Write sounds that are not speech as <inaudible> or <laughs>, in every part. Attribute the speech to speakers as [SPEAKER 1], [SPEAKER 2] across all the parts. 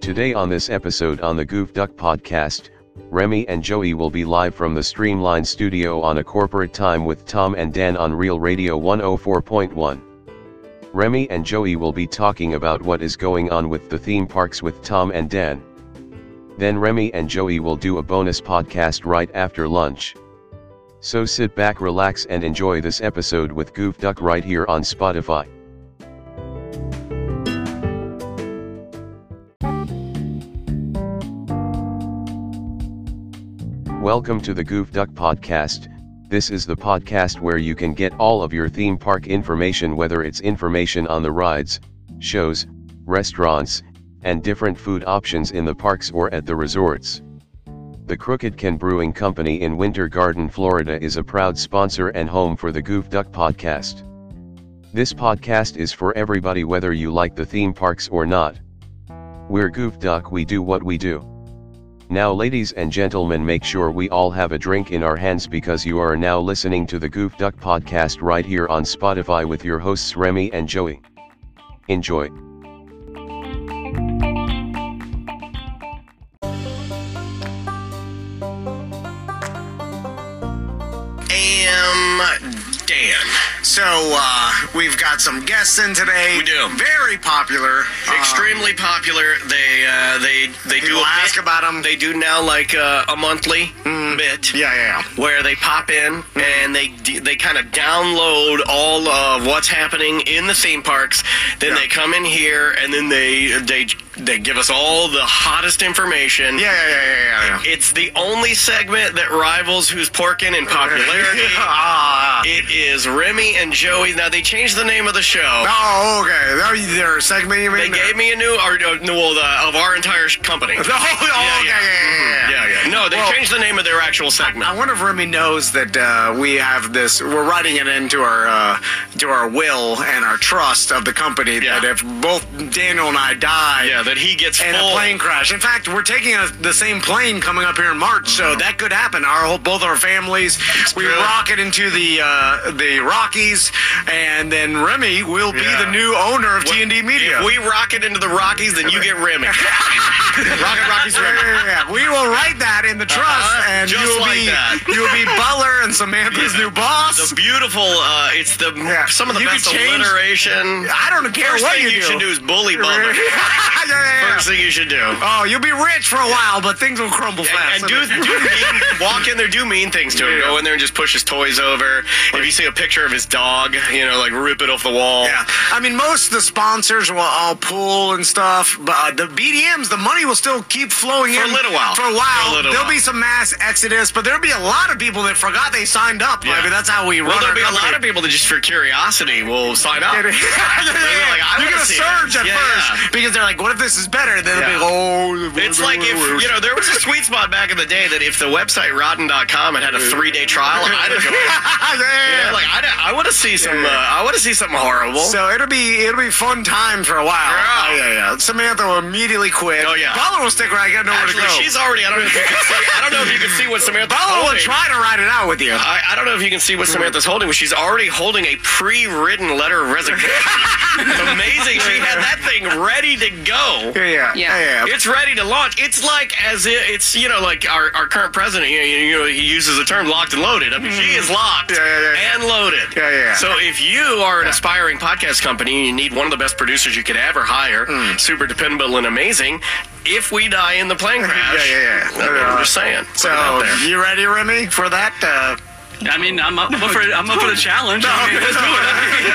[SPEAKER 1] Today on this episode on the Goof Duck podcast, Remy and Joey will be live from the Streamline studio on a corporate time with Tom and Dan on Real Radio 104.1. Remy and Joey will be talking about what is going on with the theme parks with Tom and Dan. Then Remy and Joey will do a bonus podcast right after lunch. So sit back, relax, and enjoy this episode with Goof Duck right here on Spotify. Welcome to the Goof Duck Podcast. This is the podcast where you can get all of your theme park information, whether it's information on the rides, shows, restaurants, and different food options in the parks or at the resorts. The Crooked Ken Brewing Company in Winter Garden, Florida is a proud sponsor and home for the Goof Duck Podcast. This podcast is for everybody, whether you like the theme parks or not. We're Goof Duck, we do what we do. Now, ladies and gentlemen, make sure we all have a drink in our hands because you are now listening to the Goof Duck podcast right here on Spotify with your hosts Remy and Joey. Enjoy.
[SPEAKER 2] am Dan. So uh, we've got some guests in today.
[SPEAKER 3] We do.
[SPEAKER 2] Very popular. Uh,
[SPEAKER 3] extremely popular. They uh, they they do
[SPEAKER 2] Um, People
[SPEAKER 3] a
[SPEAKER 2] ask
[SPEAKER 3] bit-
[SPEAKER 2] about 'em.
[SPEAKER 3] They do now like uh, a monthly bit.
[SPEAKER 2] Yeah, Mm. yeah, yeah.
[SPEAKER 3] Where they pop in and they they kind of download all of what's happening in the theme parks. Then
[SPEAKER 2] Yeah.
[SPEAKER 3] they come in here and then they they they give us all the hottest information.
[SPEAKER 2] Yeah, yeah, yeah, yeah, yeah. yeah.
[SPEAKER 3] It's the only segment that rivals who's porking
[SPEAKER 2] <laughs>
[SPEAKER 3] in <laughs> popularity.
[SPEAKER 2] Ah.
[SPEAKER 3] it is Remy and Joey. Now they changed the name of the show.
[SPEAKER 2] Oh, okay. That was their segment you
[SPEAKER 3] They
[SPEAKER 2] mean?
[SPEAKER 3] gave me a new, or, uh, no, well, the, of our entire sh- company.
[SPEAKER 2] <laughs> No, <laughs> oh, okay, yeah, yeah, yeah.
[SPEAKER 3] Mm-hmm. Yeah, yeah. No, they
[SPEAKER 2] Well-
[SPEAKER 3] changed the name of their actual segment.
[SPEAKER 2] I wonder if Remy knows that uh, we have this. We're writing it into our uh, to our will and our trust of the company
[SPEAKER 3] Yeah.
[SPEAKER 2] that if both Daniel and I die,
[SPEAKER 3] yeah, that he gets
[SPEAKER 2] and
[SPEAKER 3] full.
[SPEAKER 2] a plane crash. In fact, we're taking a, the same plane coming up here in March, so that could happen. Our whole, both our families, we
[SPEAKER 3] true.
[SPEAKER 2] rocket into the uh, the Rockies, and then Remy will be
[SPEAKER 3] Yeah.
[SPEAKER 2] the new owner of T&D Media.
[SPEAKER 3] If we rocket into the Rockies, then you get
[SPEAKER 2] <laughs>
[SPEAKER 3] Remy. rocket Rockies
[SPEAKER 2] Yeah,
[SPEAKER 3] Remy.
[SPEAKER 2] yeah, yeah. We will write that in the trust,
[SPEAKER 3] Uh-huh.
[SPEAKER 2] and
[SPEAKER 3] Just
[SPEAKER 2] you'll
[SPEAKER 3] like
[SPEAKER 2] be
[SPEAKER 3] that.
[SPEAKER 2] <laughs> you'll be Butler and Samantha's new boss.
[SPEAKER 3] The beautiful, uh, it's the
[SPEAKER 2] Yeah.
[SPEAKER 3] some of the
[SPEAKER 2] You could
[SPEAKER 3] best
[SPEAKER 2] change-
[SPEAKER 3] alliteration.
[SPEAKER 2] I don't care
[SPEAKER 3] First
[SPEAKER 2] what
[SPEAKER 3] thing
[SPEAKER 2] you,
[SPEAKER 3] you,
[SPEAKER 2] do.
[SPEAKER 3] should do
[SPEAKER 2] <laughs>
[SPEAKER 3] is bully
[SPEAKER 2] yeah,
[SPEAKER 3] Bubba.
[SPEAKER 2] yeah, yeah.
[SPEAKER 3] First thing you should do.
[SPEAKER 2] Oh, you'll be rich for a while, but things will crumble fast.
[SPEAKER 3] And, and
[SPEAKER 2] <laughs>
[SPEAKER 3] do, do mean, walk in there, do mean things to him.
[SPEAKER 2] Yeah.
[SPEAKER 3] Go in there and just push his toys over. If you see a picture of his dog, you know, like rip it off the wall.
[SPEAKER 2] Yeah, I mean, most of the sponsors will all pull and stuff, but uh, the BDMs, the money will still keep flowing
[SPEAKER 3] For a
[SPEAKER 2] in
[SPEAKER 3] little while.
[SPEAKER 2] For a
[SPEAKER 3] For
[SPEAKER 2] while,
[SPEAKER 3] a little
[SPEAKER 2] there'll
[SPEAKER 3] while.
[SPEAKER 2] be some mass exodus, but there'll be a lot of people that forgot they signed up.
[SPEAKER 3] Yeah.
[SPEAKER 2] I mean, that's how we
[SPEAKER 3] Well,
[SPEAKER 2] run.
[SPEAKER 3] there'll
[SPEAKER 2] our
[SPEAKER 3] be a lot of
[SPEAKER 2] company.
[SPEAKER 3] people that just for curiosity will sign up.
[SPEAKER 2] <laughs> Yeah, yeah, yeah.
[SPEAKER 3] like, I
[SPEAKER 2] You're
[SPEAKER 3] wanna
[SPEAKER 2] gonna
[SPEAKER 3] see
[SPEAKER 2] surge
[SPEAKER 3] this.
[SPEAKER 2] at
[SPEAKER 3] Yeah,
[SPEAKER 2] first
[SPEAKER 3] yeah.
[SPEAKER 2] because they're like, "What if this is better?" And then they'll
[SPEAKER 3] Yeah.
[SPEAKER 2] be like, "Oh."
[SPEAKER 3] It's like if you know there was a sweet spot back in the day that if the website rotten.com had had a three day trial, I'd
[SPEAKER 2] <laughs>
[SPEAKER 3] have joined.
[SPEAKER 2] yeah,
[SPEAKER 3] You know, like I'd, I want to see some.
[SPEAKER 2] Yeah,
[SPEAKER 3] Uh,
[SPEAKER 2] yeah.
[SPEAKER 3] I want to see something horrible.
[SPEAKER 2] So it'll be it'll be fun time for a while.
[SPEAKER 3] Yeah.
[SPEAKER 2] Oh, yeah, yeah. Samantha will immediately quit.
[SPEAKER 3] Oh, yeah.
[SPEAKER 2] Bella will stick around. I got nowhere
[SPEAKER 3] Actually,
[SPEAKER 2] to go. Oh,
[SPEAKER 3] she's already. I don't know if you can see. I don't know if you can see what Samantha.
[SPEAKER 2] Bella will try to ride it out with you.
[SPEAKER 3] I, I don't know if you can see what Samantha's holding, but she's already holding a pre-written letter of
[SPEAKER 2] <laughs>
[SPEAKER 3] resignation. it's amazing. She had that thing ready to go.
[SPEAKER 2] Yeah, yeah,
[SPEAKER 4] Yeah.
[SPEAKER 2] yeah. yeah.
[SPEAKER 3] It's ready to launch. It's like as if it's you know like our, our current president. You know, you know, he uses the term locked and loaded. I mean, she is locked
[SPEAKER 2] Mm-hmm. Yeah, yeah, yeah.
[SPEAKER 3] and loaded.
[SPEAKER 2] Yeah, yeah, yeah.
[SPEAKER 3] So if you are an aspiring podcast company and you need one of the best producers you could ever hire,
[SPEAKER 2] Mm.
[SPEAKER 3] super dependable and amazing. If we die in the plane crash,
[SPEAKER 2] Yeah, yeah, yeah.
[SPEAKER 3] I mean, I'm just saying.
[SPEAKER 2] So
[SPEAKER 3] put it out there.
[SPEAKER 2] you ready, Remy, for that? Uh,
[SPEAKER 5] I mean, I'm up, I'm up for I'm up for the challenge. I mean, let's do it.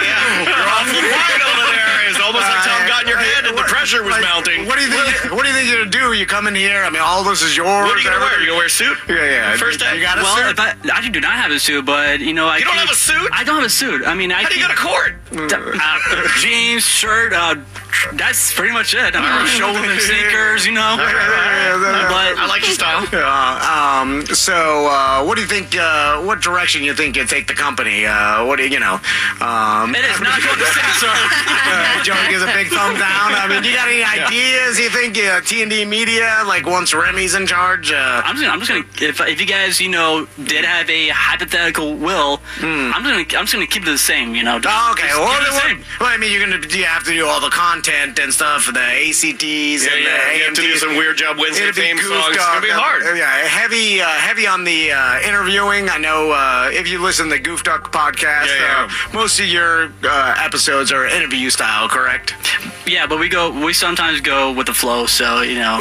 [SPEAKER 3] Yeah, you're <laughs> awful quiet over there. It's almost like Tom got in your head and the pressure was
[SPEAKER 2] like,
[SPEAKER 3] mounting.
[SPEAKER 2] What do you think? what do you think you're gonna do? You come in here. I mean, all this is yours.
[SPEAKER 3] What are you gonna wear? You
[SPEAKER 2] everything.
[SPEAKER 3] gonna wear a suit?
[SPEAKER 2] Yeah, yeah.
[SPEAKER 3] First day.
[SPEAKER 2] You got a
[SPEAKER 3] <laughs>
[SPEAKER 5] Well,
[SPEAKER 2] suit.
[SPEAKER 5] if I, I do not have a suit, but you know, I
[SPEAKER 3] You don't
[SPEAKER 5] keep-
[SPEAKER 3] have a suit?
[SPEAKER 5] I don't have a suit. I mean, I
[SPEAKER 3] How do you go to court?
[SPEAKER 5] keep, uh, jeans, shirt. Uh, that's pretty much it. I mean,
[SPEAKER 3] <laughs>
[SPEAKER 5] shoulder sneakers, you know. But
[SPEAKER 3] I like your style.
[SPEAKER 2] Uh, um, so, uh, what do you think? Uh, what direction you think you take the company? Uh, what do you, you know? Um,
[SPEAKER 3] <laughs>
[SPEAKER 5] it is not going to say so.
[SPEAKER 2] uh, Joey gives a big thumb down. I mean, mean, you got any ideas? You think uh, T and D Media, like once Remy's in charge? Uh,
[SPEAKER 5] I'm just, I'm just gonna if, if you guys you know did have a hypothetical will,
[SPEAKER 3] Hmm.
[SPEAKER 5] I'm just gonna I'm just gonna keep it the same. You know. Just,
[SPEAKER 2] Oh, okay.
[SPEAKER 5] just
[SPEAKER 2] Well,
[SPEAKER 5] keep it the
[SPEAKER 2] well,
[SPEAKER 5] same.
[SPEAKER 2] well, I mean, you're gonna do you have to do all the content and stuff, the ACTs
[SPEAKER 3] Yeah,
[SPEAKER 2] and
[SPEAKER 3] yeah,
[SPEAKER 2] the
[SPEAKER 3] you have to do
[SPEAKER 2] AMTs.
[SPEAKER 3] some weird job Wednesday
[SPEAKER 2] It'd be
[SPEAKER 3] theme
[SPEAKER 2] goofed
[SPEAKER 3] songs. It's gonna
[SPEAKER 2] up.
[SPEAKER 3] be
[SPEAKER 2] Uh,
[SPEAKER 3] hard.
[SPEAKER 2] Yeah, heavy, uh, heavy on the uh, interviewing. I know uh, if you listen to Goof Duck podcast,
[SPEAKER 3] Yeah, yeah.
[SPEAKER 2] Uh, most of your uh, episodes are interview style,
[SPEAKER 3] <laughs>
[SPEAKER 2] correct?
[SPEAKER 5] Yeah, but we go we sometimes go with the flow. So you know,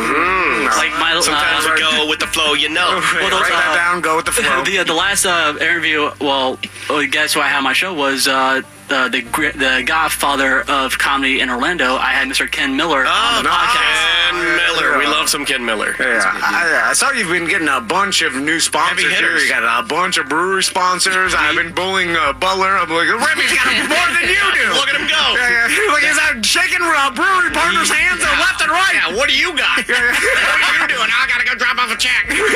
[SPEAKER 5] like my
[SPEAKER 3] Mm-hmm. Sometimes
[SPEAKER 5] uh,
[SPEAKER 3] we go with the flow, you
[SPEAKER 5] <laughs>
[SPEAKER 3] know.
[SPEAKER 2] Write
[SPEAKER 5] those,
[SPEAKER 2] that
[SPEAKER 5] uh,
[SPEAKER 2] down. Go with the
[SPEAKER 3] <laughs>
[SPEAKER 2] flow.
[SPEAKER 5] <laughs> the, uh, the last uh, interview, well, uh, guess who I had on my show was uh, uh, the gr- the Godfather of comedy in Orlando. I had Mr. Ken Miller
[SPEAKER 3] Oh,
[SPEAKER 5] on the podcast.
[SPEAKER 3] Ken Miller. We love some Ken Miller.
[SPEAKER 2] yeah, I, I saw you've been getting a bunch of new sponsors. Here.
[SPEAKER 3] hitters.
[SPEAKER 2] You got a bunch of brewery sponsors. I've been bullying uh, Butler. I'm like, Remy's
[SPEAKER 3] <laughs>
[SPEAKER 2] got more than you do.
[SPEAKER 3] Look at him go.
[SPEAKER 2] Yeah, yeah. <laughs> Look, he's out shaking uh, brewery partners' hands uh, left and right.
[SPEAKER 3] Yeah, what do you got?
[SPEAKER 2] Yeah, yeah.
[SPEAKER 3] <laughs> What are you doing? I gotta go drop off a check.
[SPEAKER 2] <laughs>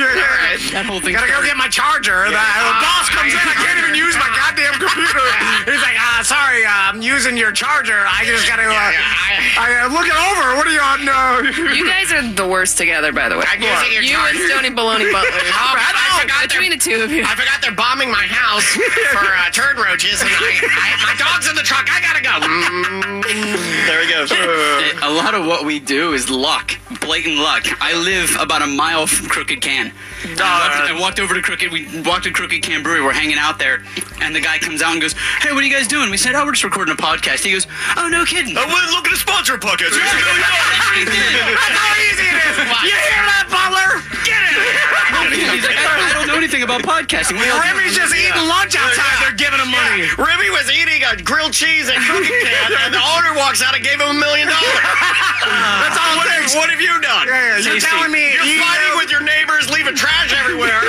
[SPEAKER 2] Yeah, yeah.
[SPEAKER 4] That whole thing.
[SPEAKER 2] Gotta go get my charger. The, the boss comes in. I can't even use my <laughs> goddamn
[SPEAKER 3] <laughs>
[SPEAKER 2] computer. He's like, uh, sorry, uh, I'm using your charger. I just gotta. Uh, I, uh, look it over. What are you on? Uh,
[SPEAKER 4] You guys are the worst together, by the way.
[SPEAKER 3] I'm using your
[SPEAKER 4] you and
[SPEAKER 3] charger.
[SPEAKER 4] Stony Baloney Butler.
[SPEAKER 3] I forgot
[SPEAKER 4] Between the two of you.
[SPEAKER 3] I forgot they're bombing my house for uh, turd roaches, and I, I, my dog's in the truck. I gotta go.
[SPEAKER 2] Mm-hmm.
[SPEAKER 3] Mm, there he goes.
[SPEAKER 2] <laughs>
[SPEAKER 6] A lot of what we do is luck, blatant luck. I live about a mile from Crooked Can. And I, walked, I walked over to Crooked. We walked to Crooked Can Brewery. We're hanging out there, and the guy comes out and goes, "Hey, what are you guys doing?" We said, "Oh, we're just recording a podcast." He goes, "Oh, no kidding."
[SPEAKER 3] Oh, <laughs> we're looking to sponsor podcast.
[SPEAKER 6] That's what <laughs> he did.
[SPEAKER 2] that's how easy it is. You hear that, Butler? Get it.
[SPEAKER 6] He's like, I, I don't know anything about podcasting. We all do."
[SPEAKER 2] Remy's just eating lunch outside. They're giving him money.
[SPEAKER 3] Remy was eating a grilled cheese at
[SPEAKER 2] <laughs>
[SPEAKER 3] Crooked Can, and the owner walks out and gave him a million dollars.
[SPEAKER 2] That's all
[SPEAKER 3] What
[SPEAKER 2] it
[SPEAKER 3] have-
[SPEAKER 2] takes.
[SPEAKER 3] What have you done?
[SPEAKER 2] Yeah, yeah, You're
[SPEAKER 5] Tasty.
[SPEAKER 2] telling me
[SPEAKER 3] You're
[SPEAKER 2] you
[SPEAKER 3] fighting
[SPEAKER 2] know-
[SPEAKER 3] with your neighbors, leaving trash
[SPEAKER 2] <laughs>
[SPEAKER 3] everywhere,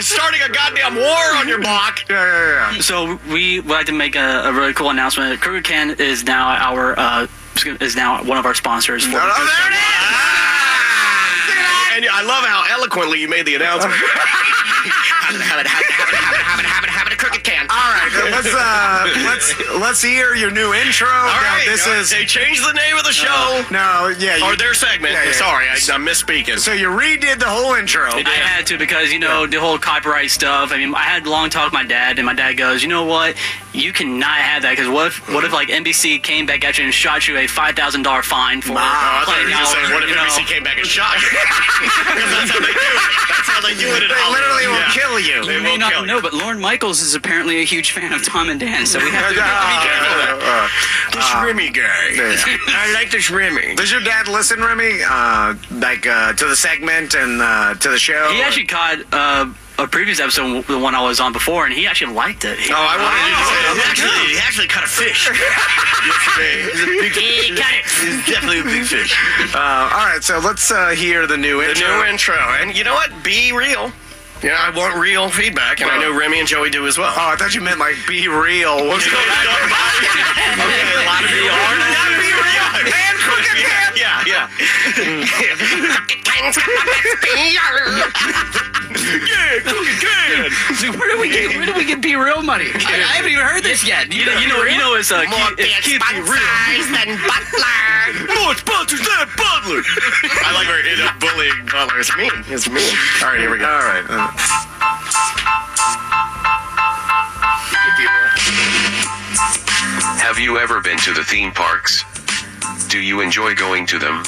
[SPEAKER 3] starting a goddamn war on your block.
[SPEAKER 2] Yeah, yeah, yeah.
[SPEAKER 5] So we would like to make a, a really cool announcement. Kruger Can is now our uh, is now one of our sponsors. For
[SPEAKER 2] Oh, there it is. Ah.
[SPEAKER 3] And I love how eloquently you made the <laughs> announcement.
[SPEAKER 2] All right, uh, let's uh, let's let's hear your new intro.
[SPEAKER 3] All
[SPEAKER 2] Now,
[SPEAKER 3] right,
[SPEAKER 2] this is
[SPEAKER 3] they changed the name of the show
[SPEAKER 2] no, yeah. You,
[SPEAKER 3] or their segment.
[SPEAKER 2] Yeah, yeah.
[SPEAKER 3] Sorry, I, I'm misspeaking.
[SPEAKER 2] so you redid the whole intro.
[SPEAKER 3] It-
[SPEAKER 5] I had to because you know the whole copyright stuff. I mean, I had a long talk with my dad, and my dad goes, "You know what? You cannot have that because what if
[SPEAKER 3] Mm-hmm.
[SPEAKER 5] what if like NBC came back at you and shot you a five thousand dollar fine for
[SPEAKER 3] Oh, I thought you
[SPEAKER 5] playing
[SPEAKER 3] were just
[SPEAKER 5] our,
[SPEAKER 3] saying, what if
[SPEAKER 5] you know,
[SPEAKER 3] NBC came back and shot you? <laughs> Because that's how they do it. That's how they do it. in
[SPEAKER 2] They
[SPEAKER 3] Hollywood.
[SPEAKER 2] literally will
[SPEAKER 3] Yeah.
[SPEAKER 2] kill you.
[SPEAKER 3] They
[SPEAKER 6] You may
[SPEAKER 3] will kill
[SPEAKER 6] not
[SPEAKER 3] you.
[SPEAKER 6] know, but Lauren Michaels is apparently a huge fan of Tom and Dan, so we have
[SPEAKER 3] <laughs>
[SPEAKER 6] to.
[SPEAKER 2] Uh,
[SPEAKER 3] This Remy guy. I like this Remy.
[SPEAKER 2] <laughs> Does your dad listen, Remy? Uh, like uh, to the segment and uh, to the show?
[SPEAKER 5] He actually caught uh, a previous episode, the one I was on before, and he actually liked it. He-
[SPEAKER 3] Oh, I wanted you to say
[SPEAKER 2] Oh,
[SPEAKER 3] he actually, he actually caught a fish. Yesterday. <laughs> He's a big fish.
[SPEAKER 5] he got it.
[SPEAKER 3] He's definitely a big fish.
[SPEAKER 2] Uh, all right, so let's uh, hear the new
[SPEAKER 3] The
[SPEAKER 2] intro.
[SPEAKER 3] new intro. And you know what? Be real. You know, I want real feedback, and I know Remy and Joey do as well.
[SPEAKER 2] oh, I thought you meant like be
[SPEAKER 3] <laughs>
[SPEAKER 2] real. What's going on?
[SPEAKER 3] okay, a lot of you are.
[SPEAKER 2] Not be real. And crooked hand.
[SPEAKER 3] Yeah, yeah. yeah, cookie can.
[SPEAKER 6] Where do we get? Where do we get Be Real
[SPEAKER 4] <laughs>
[SPEAKER 6] money? I, I haven't even heard this yet.
[SPEAKER 5] You know, you know, you know, it's uh,
[SPEAKER 3] More
[SPEAKER 5] Keith, it's Keith be real.
[SPEAKER 3] than Butler. More sponsors than
[SPEAKER 2] <laughs>
[SPEAKER 3] Butler. I like her in a bullying Butler. It's mean. It's mean. All right, here we go.
[SPEAKER 2] All right. uh,
[SPEAKER 1] Have you ever been to the theme parks? Do you enjoy going to them?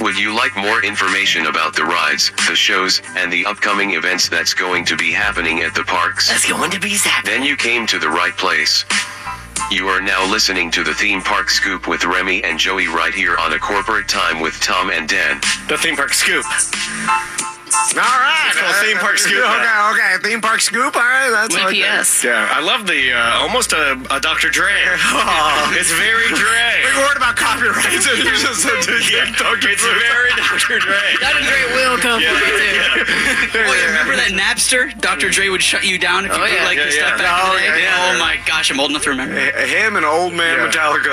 [SPEAKER 1] Would you like more information about the rides, the shows, and the upcoming events that's going to be happening at the parks? That's going to be happening. Then you came to the right place. You are now listening to the Theme Park Scoop with Remy and Joey right here on a corporate time with Tom and Dan.
[SPEAKER 3] The theme park scoop.
[SPEAKER 2] all right.
[SPEAKER 3] It's called Theme Park Scoop
[SPEAKER 2] Okay,
[SPEAKER 3] now.
[SPEAKER 2] okay. Theme park scoop. All right, that's what-
[SPEAKER 4] EPS.
[SPEAKER 3] Yeah, I love the uh, almost a, a Dr. Dre. it's very
[SPEAKER 2] Big
[SPEAKER 3] Dre.
[SPEAKER 2] word about copyright. so you just <laughs> said to-
[SPEAKER 3] it's very Dr. Dre.
[SPEAKER 4] That and Dre will come for you too.
[SPEAKER 6] Well, you remember that Napster? Dr. Dre would shut you down if you
[SPEAKER 4] Oh, yeah.
[SPEAKER 6] like
[SPEAKER 3] Yeah,
[SPEAKER 6] this
[SPEAKER 3] yeah.
[SPEAKER 6] stuff back in
[SPEAKER 2] Oh,
[SPEAKER 6] the day.
[SPEAKER 2] yeah, yeah.
[SPEAKER 6] Oh my gosh, I'm old enough to remember.
[SPEAKER 2] Him and old man
[SPEAKER 3] Yeah.
[SPEAKER 2] Metallica.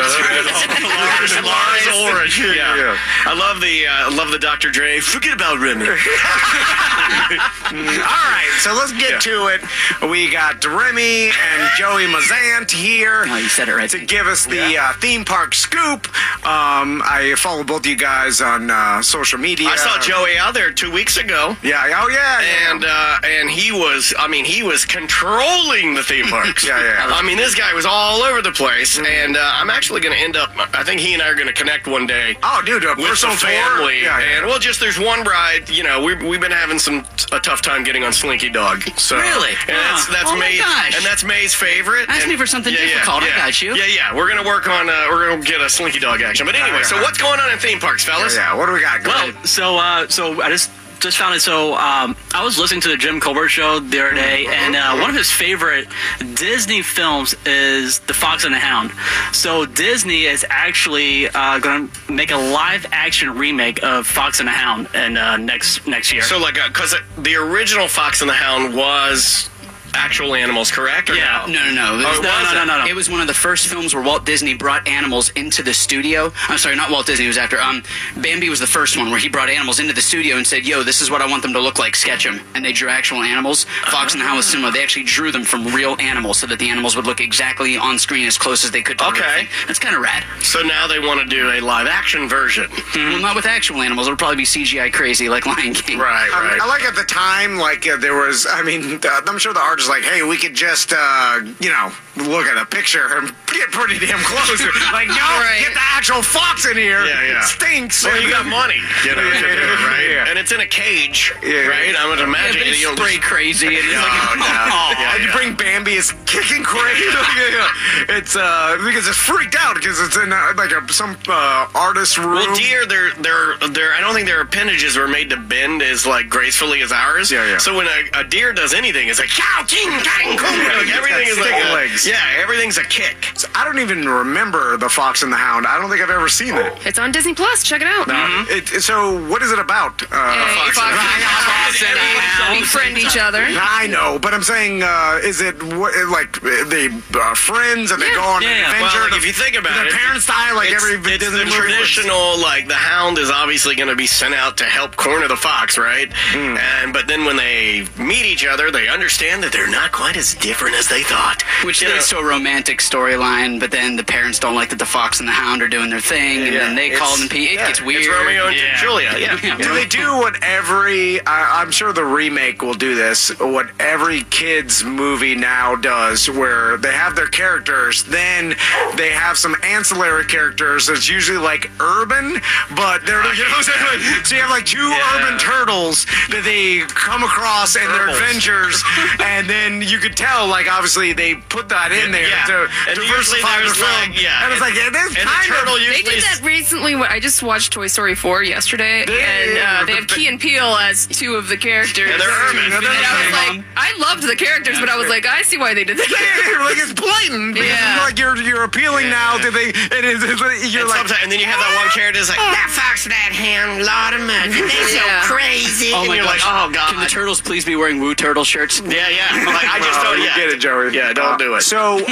[SPEAKER 3] Lars, <laughs> Lars Ulrich. Yeah.
[SPEAKER 2] Yeah.
[SPEAKER 3] I love the uh, I love the Dr. Dre. Forget about Remy.
[SPEAKER 2] <laughs> All right, so let's get to it. We got Remy and Joey Mazant here
[SPEAKER 7] Oh, you said it right.
[SPEAKER 2] to give us the uh, theme park scoop. Um, I follow both you guys on uh, social media.
[SPEAKER 3] I saw Joey out there two weeks ago.
[SPEAKER 2] Yeah. Oh yeah. yeah.
[SPEAKER 3] And uh, and he was, I mean, he was controlling the theme parks.
[SPEAKER 2] Yeah, yeah.
[SPEAKER 3] I mean, this guy was all over the place, and uh, I'm actually going to end up. I think he and I are going to connect one day.
[SPEAKER 2] oh, dude, a
[SPEAKER 3] with
[SPEAKER 2] personal
[SPEAKER 3] some family,
[SPEAKER 2] Tour? Yeah, yeah.
[SPEAKER 3] and well, just there's one ride. You know, we we've been having some a tough time getting on Slinky Dog. So
[SPEAKER 7] Really?
[SPEAKER 3] and that's
[SPEAKER 7] Huh.
[SPEAKER 3] that's
[SPEAKER 7] Oh my
[SPEAKER 3] May's
[SPEAKER 7] gosh.
[SPEAKER 3] and that's May's favorite.
[SPEAKER 7] Ask
[SPEAKER 3] and,
[SPEAKER 7] me for something
[SPEAKER 3] yeah, yeah,
[SPEAKER 7] difficult, I
[SPEAKER 3] Yeah.
[SPEAKER 7] got you.
[SPEAKER 3] Yeah, yeah. We're gonna work on. Uh, we're gonna get a Slinky Dog action. But anyway,
[SPEAKER 2] yeah,
[SPEAKER 3] so
[SPEAKER 2] yeah.
[SPEAKER 3] what's going on in theme parks, fellas?
[SPEAKER 2] yeah. What do we got? Go
[SPEAKER 5] Well,
[SPEAKER 2] ahead.
[SPEAKER 5] so uh, so I just just found it. So um, I was listening to the Jim Colbert show the other day, and uh, one of his favorite Disney films is The Fox and the Hound. So Disney is actually uh, going to make a live action remake of Fox and the Hound and uh, next next year.
[SPEAKER 3] So like, because the original Fox and the Hound was actual animals, correct? or
[SPEAKER 5] Yeah.
[SPEAKER 3] no?
[SPEAKER 7] No, no, no. It was-
[SPEAKER 5] Oh, no, no, no, no, no.
[SPEAKER 7] It was one of the first films where Walt Disney brought animals into the studio. I'm sorry, not Walt Disney. It was after. Um, Bambi was the first one where he brought animals into the studio and said, "Yo, this is what I want them to look like. Sketch them." And they drew actual animals. Fox and the Hound was similar. They actually drew them from real animals so that the animals would look exactly on screen as close as they could. To the real
[SPEAKER 3] Okay.
[SPEAKER 7] thing. that's kind of rad.
[SPEAKER 3] So now they want to do a live action version.
[SPEAKER 7] Well, not with actual animals. It'll probably be CGI crazy like Lion King.
[SPEAKER 3] Right,
[SPEAKER 2] Um,
[SPEAKER 3] right.
[SPEAKER 2] I like at the time, like uh, there was. I mean, uh, I'm sure the artist like, hey, we could just, uh, you know, look at a picture and <laughs> get pretty damn close.
[SPEAKER 3] <laughs>
[SPEAKER 2] like, no,
[SPEAKER 4] Right.
[SPEAKER 2] get the actual fox in here.
[SPEAKER 3] Yeah, yeah.
[SPEAKER 2] It stinks. <laughs>
[SPEAKER 3] well, you got money, <laughs> you know, to do it, right?
[SPEAKER 2] Yeah.
[SPEAKER 3] And it's in a cage,
[SPEAKER 2] Yeah.
[SPEAKER 3] right? I would
[SPEAKER 7] Yeah,
[SPEAKER 3] imagine
[SPEAKER 7] but it's
[SPEAKER 3] you'll
[SPEAKER 7] spray crazy and it's
[SPEAKER 3] No,
[SPEAKER 7] <laughs> like, oh,
[SPEAKER 3] no. <laughs>
[SPEAKER 7] Aw.
[SPEAKER 3] Yeah,
[SPEAKER 2] and you
[SPEAKER 3] Oh,
[SPEAKER 2] bring
[SPEAKER 3] yeah.
[SPEAKER 2] Bambi, it's kicking crazy. <laughs> yeah, yeah. It's uh because it's freaked out because it's in uh, like a, some uh, artist room.
[SPEAKER 3] Well, deer, their their their I don't think their appendages were made to bend as like gracefully as ours.
[SPEAKER 2] Yeah, yeah.
[SPEAKER 3] So when a, a deer does anything, it's like cow, king,
[SPEAKER 2] <laughs>
[SPEAKER 3] kang, kung.
[SPEAKER 2] Yeah,
[SPEAKER 3] Like,
[SPEAKER 2] it's
[SPEAKER 3] everything
[SPEAKER 2] got
[SPEAKER 3] is like
[SPEAKER 2] stick
[SPEAKER 3] a,
[SPEAKER 2] legs.
[SPEAKER 3] Yeah, everything's a kick.
[SPEAKER 2] So I don't even remember the Fox and the Hound. I don't think I've ever seen it.
[SPEAKER 4] It's on Disney Plus. Check it out.
[SPEAKER 2] It, it- so what is it about? Uh,
[SPEAKER 4] Hey,
[SPEAKER 3] Mm-hmm. Fox
[SPEAKER 4] Fox
[SPEAKER 3] and-
[SPEAKER 4] and
[SPEAKER 2] <laughs>
[SPEAKER 3] Fox and
[SPEAKER 4] Hound
[SPEAKER 5] Hound.
[SPEAKER 4] befriend each other.
[SPEAKER 2] I know, but I'm saying, uh, is it what, like uh, they uh, friends and they
[SPEAKER 4] Yeah.
[SPEAKER 2] go on
[SPEAKER 5] Yeah,
[SPEAKER 2] an
[SPEAKER 5] yeah.
[SPEAKER 2] adventure?
[SPEAKER 3] Well, like,
[SPEAKER 2] to-
[SPEAKER 3] if you think about
[SPEAKER 2] their
[SPEAKER 3] it,
[SPEAKER 2] parents die like
[SPEAKER 3] it's,
[SPEAKER 2] every
[SPEAKER 3] it's
[SPEAKER 2] Disney
[SPEAKER 3] the
[SPEAKER 2] movie.
[SPEAKER 3] traditional like the hound is obviously going to be sent out to help corner the fox, right?
[SPEAKER 2] Hmm.
[SPEAKER 3] And but then when they meet each other, they understand that they're not quite as different as they thought.
[SPEAKER 7] Which
[SPEAKER 3] You know,
[SPEAKER 7] leads to a romantic storyline, but then the parents don't like that the fox and the hound are doing their thing, and
[SPEAKER 3] yeah,
[SPEAKER 7] then they call
[SPEAKER 3] it's-
[SPEAKER 7] and pee. It
[SPEAKER 3] yeah,
[SPEAKER 7] gets weird.
[SPEAKER 3] It's
[SPEAKER 7] <laughs>
[SPEAKER 3] Romeo and
[SPEAKER 5] Yeah.
[SPEAKER 3] Julia. Yeah.
[SPEAKER 2] Do they do what every? I, I'm sure the remake will do this. What every kids movie now does, where they have their characters, then they have some ancillary characters. It's usually like urban, but they're <laughs> you know what I'm saying? Like, so you have like two urban turtles that they come across in their
[SPEAKER 3] Turtles. <laughs>
[SPEAKER 2] adventures, and then you could tell like obviously they put that in there
[SPEAKER 3] Yeah.
[SPEAKER 2] to
[SPEAKER 3] And usually
[SPEAKER 2] diversify the
[SPEAKER 3] there's,
[SPEAKER 2] film.
[SPEAKER 3] like, yeah,
[SPEAKER 2] and it's
[SPEAKER 3] and-
[SPEAKER 2] like yeah, this
[SPEAKER 3] And the
[SPEAKER 2] kind
[SPEAKER 3] turtle
[SPEAKER 2] of.
[SPEAKER 3] usually
[SPEAKER 4] They did that recently. When I just watched Toy Story 4 yesterday,
[SPEAKER 2] They-
[SPEAKER 4] and uh, they have Key and Peele as two of the characters.
[SPEAKER 3] Yeah, they're urban.
[SPEAKER 2] Yeah, they're
[SPEAKER 4] And I was
[SPEAKER 2] urban.
[SPEAKER 4] like, I loved the characters, but I was like, I see why they did that. <laughs>
[SPEAKER 2] Yeah, <laughs> like it's blatant. Because
[SPEAKER 4] Yeah.
[SPEAKER 2] you're like you're you're appealing now to the and it's, it's like- you're
[SPEAKER 3] and,
[SPEAKER 2] like "Ah,
[SPEAKER 3] sometimes, and then you have that one character that's like, that fox, and that hound, Lord of mercy, they so
[SPEAKER 4] Yeah.
[SPEAKER 3] crazy.
[SPEAKER 7] Oh
[SPEAKER 3] and
[SPEAKER 7] my
[SPEAKER 3] you're
[SPEAKER 7] gosh!
[SPEAKER 3] like, oh, God.
[SPEAKER 7] Can the turtles please be wearing Woo Turtle shirts?
[SPEAKER 3] yeah, yeah. Like, I just
[SPEAKER 2] Oh,
[SPEAKER 3] don't
[SPEAKER 2] you
[SPEAKER 3] yeah.
[SPEAKER 2] get it, Joey. Uh,
[SPEAKER 3] Yeah, don't do it.
[SPEAKER 2] So,
[SPEAKER 3] <laughs> don't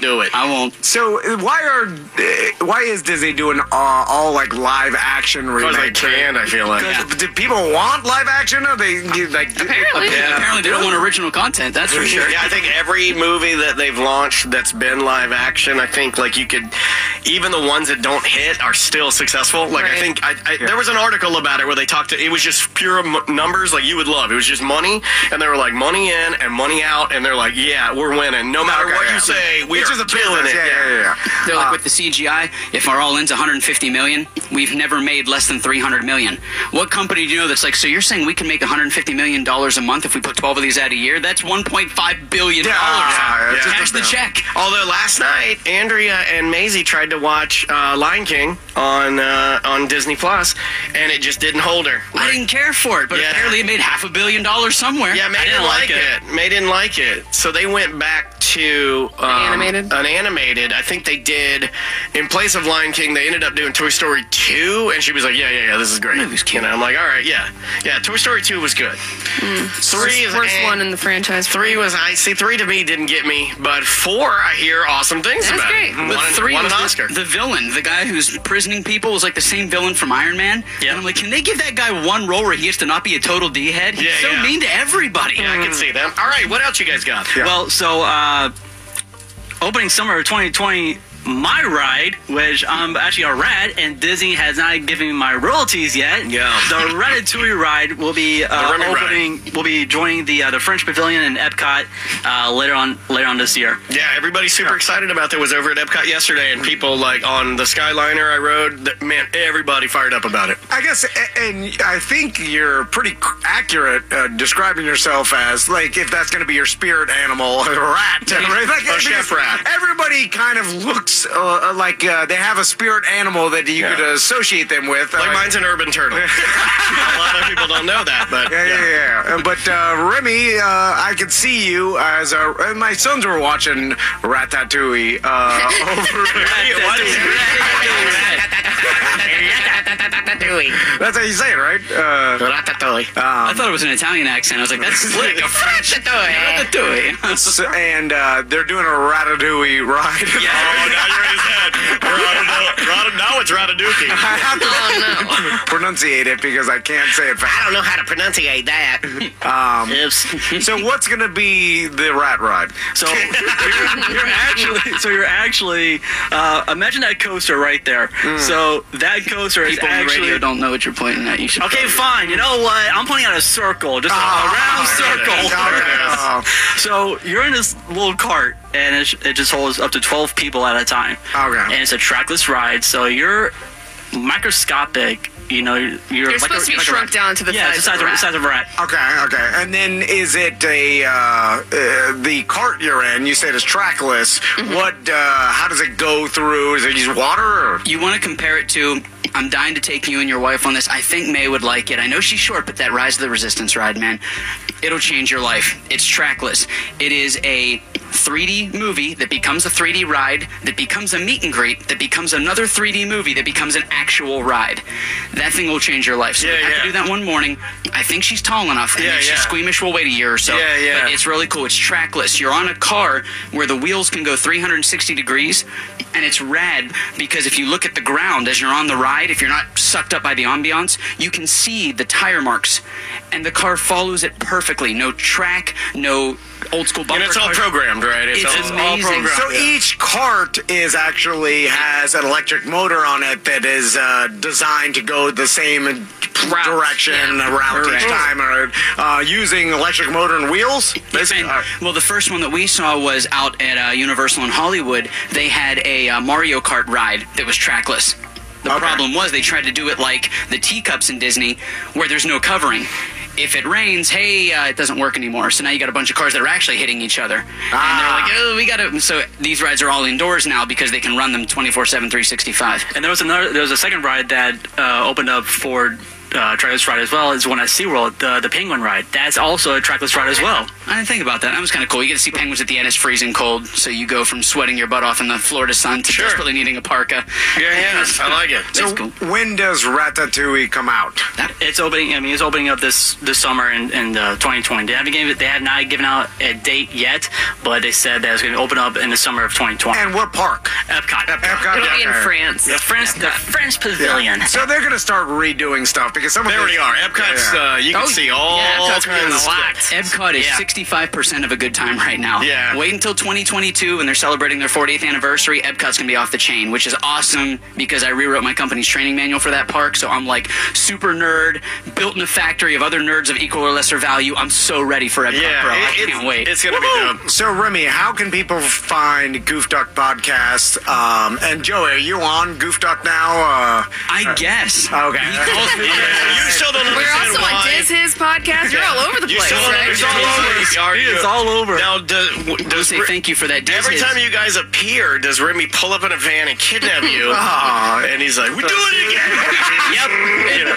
[SPEAKER 2] um,
[SPEAKER 3] do it.
[SPEAKER 7] I won't.
[SPEAKER 2] so uh, why are uh, why is Disney doing uh, all like live action
[SPEAKER 3] Because I
[SPEAKER 2] remakes?
[SPEAKER 3] can, I feel like.
[SPEAKER 7] Yeah.
[SPEAKER 2] Do people want live action? Or they you- like?
[SPEAKER 4] Apparently.
[SPEAKER 7] Apparently, they don't want original content. That's for sure.
[SPEAKER 3] Yeah, I think every movie that they've launched that's been live action, I think like you could, even the ones that don't hit are still successful. Like I
[SPEAKER 4] Right.
[SPEAKER 3] think I, I, there was an article about it where they talked to it was just pure m- numbers like you would love. It was just money, and they were like money in and money out, and they're like, yeah, we're winning no matter
[SPEAKER 2] Okay,
[SPEAKER 3] what
[SPEAKER 2] yeah.
[SPEAKER 3] you say. We
[SPEAKER 2] It's
[SPEAKER 3] are
[SPEAKER 2] just a
[SPEAKER 3] killing
[SPEAKER 2] business.
[SPEAKER 3] it.
[SPEAKER 2] Yeah, yeah, yeah. yeah.
[SPEAKER 7] They're like with the CGI. If our all-in's 150 million, we've never made less than 300 million. What company do you know that's like? So you're saying we can make 150 million dollars a month if we put 12 of these out a year? That's 1.5 billion
[SPEAKER 2] Yeah,
[SPEAKER 7] dollars.
[SPEAKER 2] yeah, it's
[SPEAKER 7] Cash
[SPEAKER 2] just a-
[SPEAKER 7] the check.
[SPEAKER 3] Although last night Andrea and Maisie tried to watch uh, Lion King on uh, on Disney Plus, and it just didn't hold her.
[SPEAKER 7] I didn't care for it, but
[SPEAKER 3] Yeah.
[SPEAKER 7] apparently it made half a billion dollars somewhere.
[SPEAKER 3] Yeah, May
[SPEAKER 5] I
[SPEAKER 3] didn't,
[SPEAKER 5] didn't
[SPEAKER 3] like
[SPEAKER 5] like
[SPEAKER 3] it. May didn't like it, so they went back to um,
[SPEAKER 4] animated?
[SPEAKER 3] An animated. I think they did did in place of Lion King, they ended up doing Toy Story 2, and she was like, "Yeah, yeah, yeah, this is great." You know, I'm like, "All right, yeah, yeah." Toy Story 2 was good. Three is
[SPEAKER 4] Worst, worst
[SPEAKER 3] eh.
[SPEAKER 4] Mm. one in the franchise.
[SPEAKER 3] Three was I see. Three to me didn't get me, but four I hear awesome things
[SPEAKER 4] That's
[SPEAKER 3] about.
[SPEAKER 4] great.
[SPEAKER 3] It. Mm,
[SPEAKER 4] But
[SPEAKER 3] Won, an-
[SPEAKER 7] Three
[SPEAKER 3] won
[SPEAKER 7] was
[SPEAKER 3] an
[SPEAKER 7] the-
[SPEAKER 3] Oscar.
[SPEAKER 7] The, villain, the guy who's imprisoning people, was like the same villain from Iron Man.
[SPEAKER 5] Yeah.
[SPEAKER 7] And I'm like, can they give that guy one role where he has to not be a total D head? He's
[SPEAKER 3] Yeah,
[SPEAKER 7] so
[SPEAKER 3] yeah.
[SPEAKER 7] mean to everybody.
[SPEAKER 3] yeah, I can see them. All right, what else you guys got?
[SPEAKER 2] Yeah.
[SPEAKER 5] Well, so uh, opening summer of 2020, my ride, which I'm actually a rat, and Disney has not given me my royalties yet.
[SPEAKER 3] Yeah.
[SPEAKER 5] The Ratatouille ride will be uh,
[SPEAKER 3] Remy ride.
[SPEAKER 5] opening. Will be joining the uh, the French Pavilion in Epcot uh, later on later on this year.
[SPEAKER 3] Yeah, everybody's super excited about that. Was over at Epcot yesterday, and people like on the Skyliner I rode. That, man, everybody fired up about it.
[SPEAKER 2] I guess, a- and I think you're pretty c- accurate uh, describing yourself as like if that's going to be your spirit animal, <laughs> a rat, right? Like,
[SPEAKER 3] A chef
[SPEAKER 2] because
[SPEAKER 3] rat.
[SPEAKER 2] Everybody kind of looks uh, uh, like uh, they have a spirit animal that you
[SPEAKER 3] Yeah.
[SPEAKER 2] could associate them with. Uh,
[SPEAKER 3] Like mine's an urban turtle. a lot of people don't know that, but
[SPEAKER 2] Yeah, yeah, yeah. Uh, But uh, Remy, uh, I could see you as a. uh, My sons were watching Ratatouille uh, <laughs> over.
[SPEAKER 3] Why does-
[SPEAKER 4] Ratatouille.
[SPEAKER 2] That's how you say it, right? Uh, um,
[SPEAKER 7] I thought it was an Italian accent. I was like, that's slick. A
[SPEAKER 5] <laughs>
[SPEAKER 7] French
[SPEAKER 4] Ratatouille.
[SPEAKER 7] Ratatouille.
[SPEAKER 2] so- and uh, they're doing a Ratatouille ride.
[SPEAKER 3] Oh, now you're in his head. Ratadu- Ratadu- Now it's Rataduki.
[SPEAKER 2] <laughs> I have to
[SPEAKER 4] Oh no.
[SPEAKER 2] pronunciate it because I can't say it fast. Um,
[SPEAKER 3] don't know how to
[SPEAKER 2] <laughs>
[SPEAKER 3] pronunciate that.
[SPEAKER 2] So what's gonna be the rat ride?
[SPEAKER 5] So <laughs> you're, you're actually, so you're actually, uh, imagine that coaster right there. So that coaster is
[SPEAKER 7] <laughs> People on the
[SPEAKER 5] actually.
[SPEAKER 7] radio don't know what you're pointing at. You should.
[SPEAKER 5] Okay, fine. You know what? I'm pointing out a circle, just a- a
[SPEAKER 3] Ah,
[SPEAKER 2] Ah,
[SPEAKER 5] round circle.
[SPEAKER 2] Oh,
[SPEAKER 5] <laughs> So you're in this little cart, and it, sh- it just holds up to 12 people at a time.
[SPEAKER 2] Okay.
[SPEAKER 5] And it's a trackless ride, so you're microscopic. You know, you're,
[SPEAKER 4] You're
[SPEAKER 5] like
[SPEAKER 4] supposed
[SPEAKER 5] a,
[SPEAKER 4] to be
[SPEAKER 5] like a
[SPEAKER 4] shrunk
[SPEAKER 5] rat.
[SPEAKER 4] down to the
[SPEAKER 5] Yeah,
[SPEAKER 4] size,
[SPEAKER 5] it's the size
[SPEAKER 4] of a rat.
[SPEAKER 5] size of a rat.
[SPEAKER 2] Oh, okay, okay. And then is it a uh, uh, the cart you're in? You said it's trackless.
[SPEAKER 3] Mm-hmm.
[SPEAKER 2] What? Uh, how does it go through? Is it just water? Or?
[SPEAKER 7] You want to compare it to? I'm dying to take you and your wife on this. I think May would like it. I know she's short, but that Rise of the Resistance ride, man, it'll change your life. It's trackless. It is a 3D movie that becomes a 3D ride that becomes a meet and greet that becomes another 3D movie that becomes an actual ride. That thing will change your life. So
[SPEAKER 3] Yeah,
[SPEAKER 7] we have
[SPEAKER 3] yeah.
[SPEAKER 7] to do that one morning. I think she's tall enough. And
[SPEAKER 3] Yeah,
[SPEAKER 7] if she's
[SPEAKER 3] yeah.
[SPEAKER 7] squeamish, we'll wait a year or so.
[SPEAKER 3] Yeah, yeah.
[SPEAKER 7] But it's really cool. It's trackless. You're on a car where the wheels can go 360 degrees, and it's rad because if you look at the ground as you're on the ride, if you're not sucked up by the ambiance, you can see the tire marks, and the car follows it perfectly. No track, no old school bumper.
[SPEAKER 3] And it's all
[SPEAKER 7] cars.
[SPEAKER 3] programmed, right?
[SPEAKER 7] It's amazing.
[SPEAKER 2] So each cart is actually has an electric motor on it that is uh, designed to go the same
[SPEAKER 4] Route,
[SPEAKER 2] direction
[SPEAKER 4] yeah.
[SPEAKER 2] around each
[SPEAKER 7] Correct.
[SPEAKER 2] time, or uh, using electric motor and wheels. Basically,
[SPEAKER 7] And-
[SPEAKER 2] uh,
[SPEAKER 7] well, the first one that we saw was out at uh, Universal in Hollywood. They had a uh, Mario Kart ride that was trackless. The
[SPEAKER 2] Okay.
[SPEAKER 7] problem was they tried to do it like the teacups in Disney, where there's no covering. If it rains, hey, uh, it doesn't work anymore. So now you got a bunch of cars that are actually hitting each other,
[SPEAKER 2] Ah.
[SPEAKER 7] and they're like, oh, we got to. So these rides are all indoors now because they can run them 24/7, 365.
[SPEAKER 5] And there was another, there was a second ride that uh, opened up for uh, trackless ride as well. Is one at SeaWorld, the the penguin ride. That's also a trackless ride as well.
[SPEAKER 7] I didn't think about that. That was kind of cool. You get to see penguins at the end. It's freezing cold, so you go from sweating your butt off in the Florida sun to desperately needing a parka.
[SPEAKER 3] Yeah, yeah. I like it.
[SPEAKER 7] That's
[SPEAKER 2] so
[SPEAKER 7] cool.
[SPEAKER 2] when does Ratatouille come out?
[SPEAKER 5] It's opening. I mean, it's opening up this this summer in, in uh, 2020. They haven't given, they have not given out a date yet, but they said that it's going to open up in the summer of 2020.
[SPEAKER 2] And what park?
[SPEAKER 5] Epcot.
[SPEAKER 2] Epcot.
[SPEAKER 4] It'll be in
[SPEAKER 2] Okay.
[SPEAKER 4] France.
[SPEAKER 5] The French, the French Pavilion.
[SPEAKER 2] So they're gonna start redoing stuff because some of
[SPEAKER 3] They
[SPEAKER 2] these-
[SPEAKER 3] already are. Epcot's,
[SPEAKER 2] Yeah.
[SPEAKER 3] uh, you can
[SPEAKER 7] Oh,
[SPEAKER 3] see all
[SPEAKER 4] yeah, Epcot's gonna
[SPEAKER 3] kinds
[SPEAKER 4] be
[SPEAKER 3] of
[SPEAKER 4] on the
[SPEAKER 3] stuff.
[SPEAKER 4] lot.
[SPEAKER 7] Epcot is
[SPEAKER 5] Yeah.
[SPEAKER 7] 65% of a good time right now.
[SPEAKER 3] Yeah.
[SPEAKER 7] Wait until 2022 when they're celebrating their 40th anniversary. Epcot's going to be off the chain, which is awesome because I rewrote my company's training manual for that park. So I'm like super nerd, built in a factory of other nerds of equal or lesser value. I'm so ready for Epcot,
[SPEAKER 3] Yeah,
[SPEAKER 7] bro. I
[SPEAKER 3] it-
[SPEAKER 7] can't
[SPEAKER 3] it's,
[SPEAKER 7] wait.
[SPEAKER 3] It's gonna be dope.
[SPEAKER 2] So Remy, how can people find Goof Duck podcast? Um, and Joey, are you on Goof Duck now? Uh,
[SPEAKER 7] I guess.
[SPEAKER 2] <laughs> okay.
[SPEAKER 3] Yeah, You still don't
[SPEAKER 4] We're
[SPEAKER 3] understand
[SPEAKER 4] also on
[SPEAKER 3] why.
[SPEAKER 4] Diz His podcast. You're all over the
[SPEAKER 3] You
[SPEAKER 4] place.
[SPEAKER 3] still don't
[SPEAKER 4] right?
[SPEAKER 3] understand why we are
[SPEAKER 5] It's
[SPEAKER 3] you.
[SPEAKER 5] all over.
[SPEAKER 3] Now, do, w-
[SPEAKER 7] I
[SPEAKER 3] does
[SPEAKER 7] say
[SPEAKER 3] Ri-
[SPEAKER 7] thank you for that. Diz
[SPEAKER 3] every
[SPEAKER 7] his.
[SPEAKER 3] time you guys appear, does Remy pull up in a van and kidnap you?
[SPEAKER 2] <laughs> Aw.
[SPEAKER 3] and he's like, "We do
[SPEAKER 2] <laughs>
[SPEAKER 3] it again." <laughs>
[SPEAKER 7] Yep.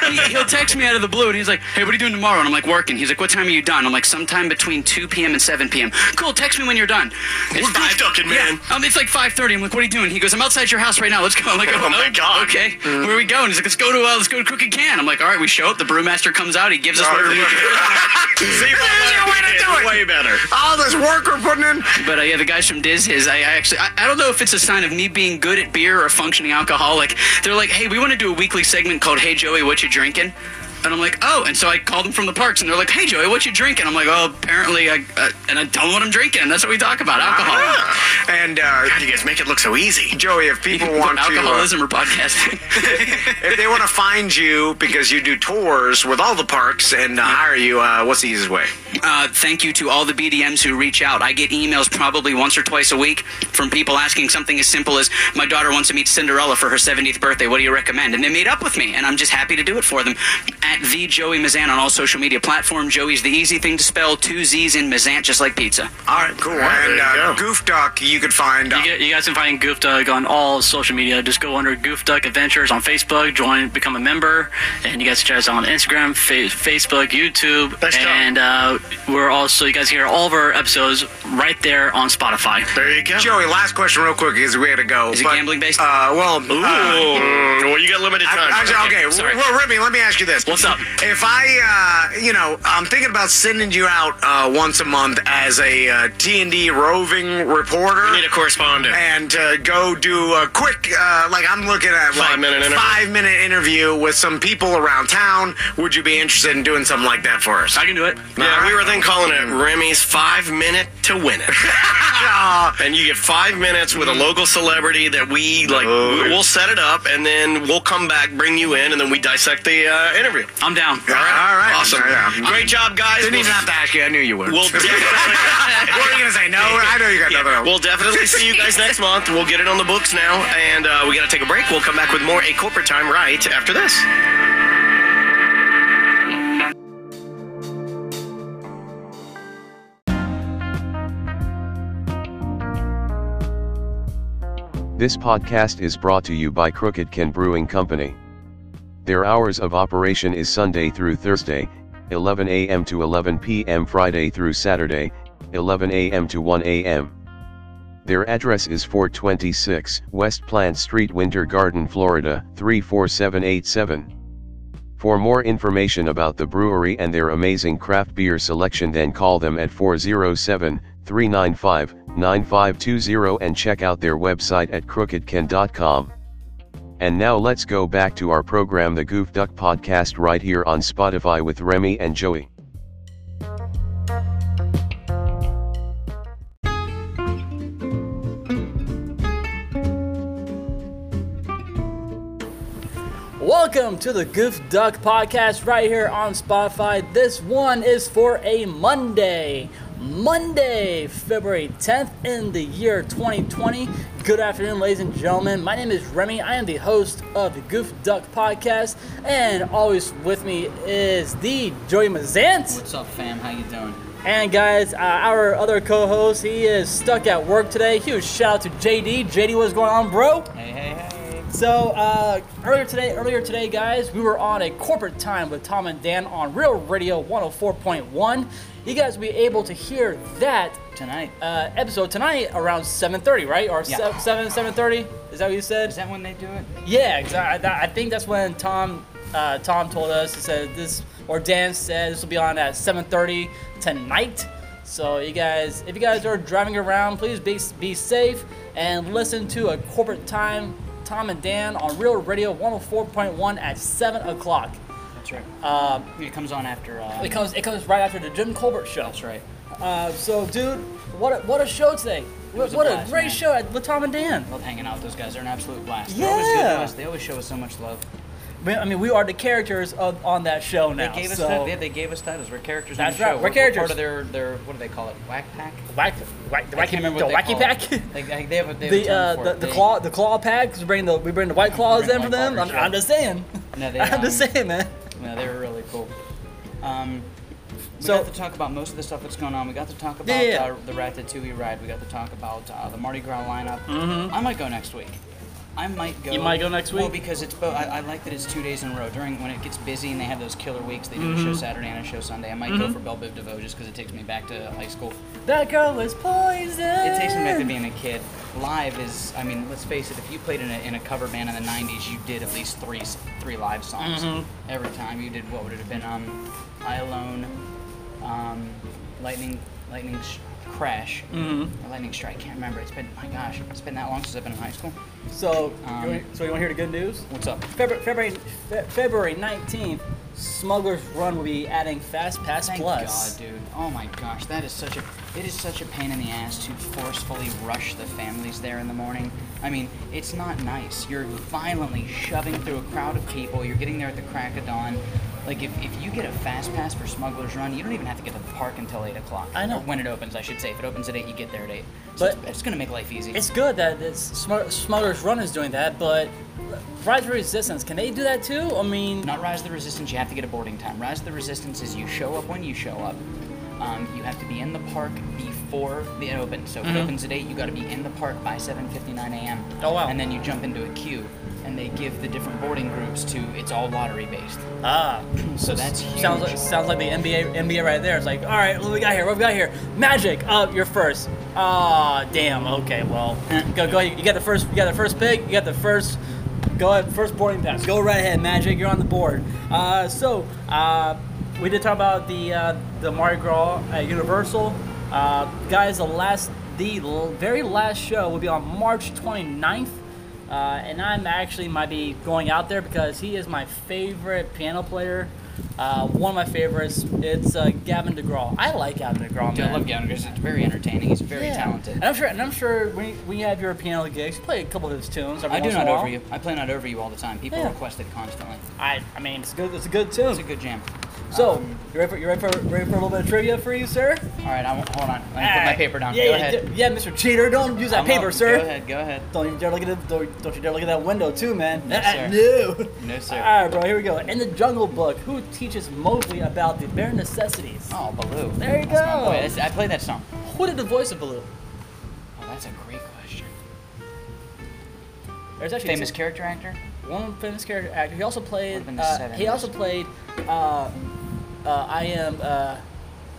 [SPEAKER 7] And he, he'll text me out of the blue and he's like, Hey, what are you doing tomorrow? And I'm like, Working. He's like, What time are you done? I'm like, Sometime between 2 p.m. and 7 p.m. Cool, text me when you're done. It's
[SPEAKER 3] We're
[SPEAKER 7] five-
[SPEAKER 3] goof-ducking, man.
[SPEAKER 7] Yeah. Um, it's like 5.30. I'm like, What are you doing? He goes, I'm outside your house right now. Let's go. I'm like,
[SPEAKER 3] Oh my God. Mm.
[SPEAKER 7] Okay. Where are we going? He's like, Let's go to, uh, let's go to Crooked Can. I'm like, All right, we show up. The brewmaster comes out. He gives us whatever we
[SPEAKER 3] See,
[SPEAKER 2] There's your way to do it.
[SPEAKER 3] Way better.
[SPEAKER 2] All Oh, this work we're putting in.
[SPEAKER 7] But uh, yeah, the guys from Diz His, I, I actually, I, I don't know if it's a sign of me being good at beer or a functioning alcoholic. They're like, hey, we want to do a weekly segment called Hey Joey, what you drinking? And I'm like, oh, and so I called them from the parks, and they're like, hey Joey, what you drinking? I'm like, oh, apparently, I, uh, and I tell them what I'm drinking, and that's what we talk about, alcohol.
[SPEAKER 2] And uh,
[SPEAKER 3] How do you guys make it look so easy?
[SPEAKER 2] Joey, if people want to, uh,
[SPEAKER 7] alcoholism or podcasting.
[SPEAKER 2] if they want to find you because you do tours with all the parks and uh, hire you, uh, what's the easiest way?
[SPEAKER 7] uh, thank you to all the BDMs who reach out. I get emails probably once or twice a week from people asking something as simple as, "My daughter wants to meet Cinderella for her 70th birthday. What do you recommend?" And they made up with me, and I'm just happy to do it for them. At the Joey Mazan on all social media platforms. Joey's the easy thing to spell. Two Z's in Mazan, just like pizza.
[SPEAKER 2] All right, cool.
[SPEAKER 3] there
[SPEAKER 2] and
[SPEAKER 3] you
[SPEAKER 2] uh,
[SPEAKER 3] go.
[SPEAKER 2] Goof Duck, you could find. uh,
[SPEAKER 5] You, get, you guys can find Goof Duck on all social media. Just go under Goof Duck Adventures on Facebook, join, become a member, and you guys can check us out on Instagram, fa- Facebook, YouTube,
[SPEAKER 3] Nice job.
[SPEAKER 5] and uh, we're also you guys hear all of our episodes right there on Spotify.
[SPEAKER 3] There you go.
[SPEAKER 2] Joey, last question, real quick, because we had to go.
[SPEAKER 7] Is it gambling based?
[SPEAKER 2] Uh, well,
[SPEAKER 3] Ooh.
[SPEAKER 2] uh,
[SPEAKER 3] Mm, well, you got limited time.
[SPEAKER 2] I- I- okay,
[SPEAKER 7] sorry.
[SPEAKER 2] well, Remy, let me ask you this.
[SPEAKER 5] What's up?
[SPEAKER 2] If I, uh, you know, I'm thinking about sending you out uh, once a month as a uh, T&D roving reporter.
[SPEAKER 3] We need a correspondent.
[SPEAKER 2] and uh, go do a quick uh, like I'm looking at like
[SPEAKER 3] Five-minute interview.
[SPEAKER 2] five minute interview with some people around town. Would you be interested in doing something like that for us?
[SPEAKER 5] I can do it.
[SPEAKER 3] Yeah, we were then calling it
[SPEAKER 2] Mm.
[SPEAKER 3] Remy's five minute to win
[SPEAKER 2] <laughs>
[SPEAKER 3] it.
[SPEAKER 2] Uh, <laughs>
[SPEAKER 3] and you get five minutes with a local celebrity that we like.
[SPEAKER 2] Mm. Oh,
[SPEAKER 3] we-
[SPEAKER 2] yeah.
[SPEAKER 3] We'll set it up, and then we'll come back, bring you in, and then we dissect the uh, interview.
[SPEAKER 5] I'm down.
[SPEAKER 2] all right, Oh. all right.
[SPEAKER 3] Awesome.
[SPEAKER 2] Yeah.
[SPEAKER 3] Great job, guys.
[SPEAKER 2] Mm. Didn't
[SPEAKER 3] We'll,
[SPEAKER 2] even have to ask you. I knew you would.
[SPEAKER 3] <laughs> we'll definitely.
[SPEAKER 2] what are you gonna say? No, I know you got nothing else.
[SPEAKER 3] We'll definitely see you guys next month. We'll get it on the books now, and uh, we got to take a break. We'll come back with more a corporate time right after this.
[SPEAKER 1] This podcast is brought to you by Crooked Can Brewing Company. Their hours of operation is Sunday through Thursday, 11 a.m. to 11 p.m. Friday through Saturday, 11 a.m. to 1 a.m. Their address is 426 West Plant Street, Winter Garden, Florida, 34787. For more information about the brewery and their amazing craft beer selection, then call them at 407 395 9520 and check out their website at crookedken.com. And now let's go back to our program, the Goof Duck Podcast, right here on Spotify with Remy and Joey.
[SPEAKER 8] Welcome to the Goof Duck Podcast right here on Spotify. This one is for a Monday. Monday, February 10th in the year 2020. Good afternoon, ladies and gentlemen. My name is Remy. I am the host of the Goof Duck Podcast, and always with me is the Joey Mazant.
[SPEAKER 7] What's up, fam? How you doing?
[SPEAKER 8] And guys, uh, our other co-host, he is stuck at work today. Huge shout out to JD. JD, what's going on, bro?
[SPEAKER 7] Hey, hey, hey.
[SPEAKER 8] So uh, earlier today, earlier today, guys, we were on a corporate time with Tom and Dan on Real Radio 104.1. You guys will be able to hear that
[SPEAKER 7] Tonight.
[SPEAKER 8] uh, episode tonight around 7:30, right? Or
[SPEAKER 7] Yeah.
[SPEAKER 8] se- seven 7:30? Is that what you said?
[SPEAKER 7] that when they do it?
[SPEAKER 8] Yeah, exactly. I think that's when Tom uh, Tom told us. He said this, or Dan said this will be on at 7:30 tonight. So you guys, if you guys are driving around, please be be safe and listen to a corporate time. Tom and Dan on Real Radio 104.1 at 7 o'clock.
[SPEAKER 7] That's right. Uh, it comes on after. Uh,
[SPEAKER 8] It comes it comes right after the Jim Colbert show.
[SPEAKER 7] right.
[SPEAKER 8] Uh, so, dude, what a, what a show today! What,
[SPEAKER 7] was a
[SPEAKER 8] what a
[SPEAKER 7] blast,
[SPEAKER 8] great
[SPEAKER 7] man.
[SPEAKER 8] show at- with Tom and Dan.
[SPEAKER 7] Love hanging out with those guys. They're an absolute blast.
[SPEAKER 8] They're always good to Yeah. us.
[SPEAKER 7] They always show us so much love.
[SPEAKER 8] We- I mean, we are the characters of, on that show now.
[SPEAKER 7] They gave us
[SPEAKER 8] so.
[SPEAKER 7] that. Yeah, they gave us titles. We're characters.
[SPEAKER 8] That's
[SPEAKER 7] on the
[SPEAKER 8] right,
[SPEAKER 7] Show.
[SPEAKER 8] we're
[SPEAKER 7] Part
[SPEAKER 8] characters.
[SPEAKER 7] of their their what do they call it? Whack pack.
[SPEAKER 8] Whack, whack, the
[SPEAKER 7] I
[SPEAKER 8] wacky,
[SPEAKER 7] can't remember
[SPEAKER 8] the
[SPEAKER 7] what they
[SPEAKER 8] wacky
[SPEAKER 7] call
[SPEAKER 8] pack.
[SPEAKER 7] It. They, they have a, they have a
[SPEAKER 8] The,
[SPEAKER 7] term
[SPEAKER 8] uh,
[SPEAKER 7] for
[SPEAKER 8] the
[SPEAKER 7] it.
[SPEAKER 8] the
[SPEAKER 7] They-
[SPEAKER 8] claw the claw pack. 'cause we bring the we bring the white claws
[SPEAKER 7] bring
[SPEAKER 8] in for
[SPEAKER 7] white
[SPEAKER 8] them.
[SPEAKER 7] claws,
[SPEAKER 8] I'm, I'm
[SPEAKER 7] yeah.
[SPEAKER 8] just saying.
[SPEAKER 7] No, they,
[SPEAKER 8] <laughs> I'm just
[SPEAKER 7] um,
[SPEAKER 8] saying, man.
[SPEAKER 7] They, No, they were really cool. Um, we
[SPEAKER 8] So-
[SPEAKER 7] got to talk about most of the stuff that's going on. We got to talk about
[SPEAKER 8] Yeah, yeah, yeah.
[SPEAKER 7] Uh, the Ratatouille ride. We got to talk about uh, the Mardi Gras lineup. I might go next week. I might go.
[SPEAKER 8] Mm-hmm. You might go next
[SPEAKER 7] Well,
[SPEAKER 8] week?
[SPEAKER 7] because it's both. I, I like that it's two days in a row. During when it gets busy and they have those killer weeks, they do a
[SPEAKER 8] Mm-hmm.
[SPEAKER 7] show Saturday and a show Sunday. I might go for Belle Biv DeVoe just because it takes me back to high school.
[SPEAKER 8] That girl was poison.
[SPEAKER 7] It takes me back to being a kid. Live is, I mean, let's face it. If you played in a, in a cover band in the '90s, you did at least three s- three live songs every time. You did what would it have been? Um, I Alone, um, Lightning Lightning sh- Crash, or Lightning Strike. Can't remember. It's been my gosh, it's been that long since I've been in high school.
[SPEAKER 8] So,
[SPEAKER 7] Um,
[SPEAKER 8] you want, so you want to hear the good news?
[SPEAKER 7] What's up?
[SPEAKER 8] February February Fe- February 19th, Smuggler's Run will be adding Fast Pass
[SPEAKER 7] Thank
[SPEAKER 8] Plus.
[SPEAKER 7] God, dude. Oh my gosh, that is such a it is such a pain in the ass to forcefully rush the families there in the morning. I mean, it's not nice. You're violently shoving through a crowd of people. You're getting there at the crack of dawn. Like if, if you get a fast pass for Smuggler's Run, you don't even have to get to the park until eight o'clock.
[SPEAKER 8] I know.
[SPEAKER 7] Or when it opens, I should say. If it opens at eight, you get there at eight. So
[SPEAKER 8] But-
[SPEAKER 7] it's, it's gonna make life easy.
[SPEAKER 8] It's good that it's Smug- Smuggler's Run is doing that, but Rise of Resistance, can they do that too? I mean,
[SPEAKER 7] Not Rise of the Resistance, you have to get a boarding time. Rise of the Resistance is you show up when you show up. Um, you have to be in the park before it opens. So if it opens at 8, you got to be in the park by 7.59 a.m.
[SPEAKER 8] Mm-hmm. Oh, wow.
[SPEAKER 7] And then you jump into a queue, and they give the different boarding groups to, it's all lottery-based.
[SPEAKER 8] ah,
[SPEAKER 7] <clears throat> So that's huge.
[SPEAKER 8] sounds like, sounds like the NBA NBA right there. It's like, all right, what we got here? What we got here? Magic, uh, you're first. Ah, damn. Okay, well, go go. You got the first. You got the first pick. You got the first. Go ahead, first boarding pass. Go right ahead, Magic. You're on the board. Uh, so, uh, we did talk about the uh, the Mardi Gras at Universal. Uh, guys, the last, the l- very last show will be on March 29th. Uh, and I'm actually might be going out there because he is my favorite piano player. Uh, one of my favorites. It's uh, Gavin DeGraw. I like Gavin DeGraw.
[SPEAKER 7] Dude,
[SPEAKER 8] Man.
[SPEAKER 7] I love Gavin because it's very entertaining. He's very
[SPEAKER 8] Yeah.
[SPEAKER 7] talented.
[SPEAKER 8] And I'm sure. And I'm sure when we have your piano gigs, you play a couple of his tunes. every
[SPEAKER 7] I do
[SPEAKER 8] once in a
[SPEAKER 7] not over
[SPEAKER 8] while.
[SPEAKER 7] you. I play not over you all the time. People
[SPEAKER 8] Yeah.
[SPEAKER 7] request it constantly.
[SPEAKER 8] I, I mean, it's good. It's a good tune.
[SPEAKER 7] It's a good jam. Um,
[SPEAKER 8] so you ready for you ready for ready for a little bit of trivia for you, sir?
[SPEAKER 7] All right, I won't, hold on. Let me put my
[SPEAKER 8] Alright.
[SPEAKER 7] paper down.
[SPEAKER 8] Yeah,
[SPEAKER 7] go
[SPEAKER 8] yeah,
[SPEAKER 7] ahead.
[SPEAKER 8] d- yeah, Mr. Cheater, don't use that
[SPEAKER 7] I'm
[SPEAKER 8] paper,
[SPEAKER 7] up.
[SPEAKER 8] sir.
[SPEAKER 7] Go ahead, go ahead.
[SPEAKER 8] Don't you dare look at the, don't, don't you dare look at that window too, man.
[SPEAKER 7] No,
[SPEAKER 8] Ah,
[SPEAKER 7] sir.
[SPEAKER 8] No.
[SPEAKER 7] No,
[SPEAKER 8] <laughs>
[SPEAKER 7] sir.
[SPEAKER 8] All right, bro. Here we go. In the Jungle Book, who teaches Mowgli about the bare necessities?
[SPEAKER 7] Oh, Baloo.
[SPEAKER 8] There you
[SPEAKER 7] That's my
[SPEAKER 8] go.
[SPEAKER 7] boy. That's- I play that song.
[SPEAKER 8] Who did the voice of Baloo?
[SPEAKER 7] Oh, that's a great question.
[SPEAKER 8] There's actually
[SPEAKER 7] Famous character actor?
[SPEAKER 8] one famous character actor. He also
[SPEAKER 7] Would've
[SPEAKER 8] played.
[SPEAKER 7] been the
[SPEAKER 8] Uh,
[SPEAKER 7] seven.
[SPEAKER 8] he also played. Uh, uh, I am uh,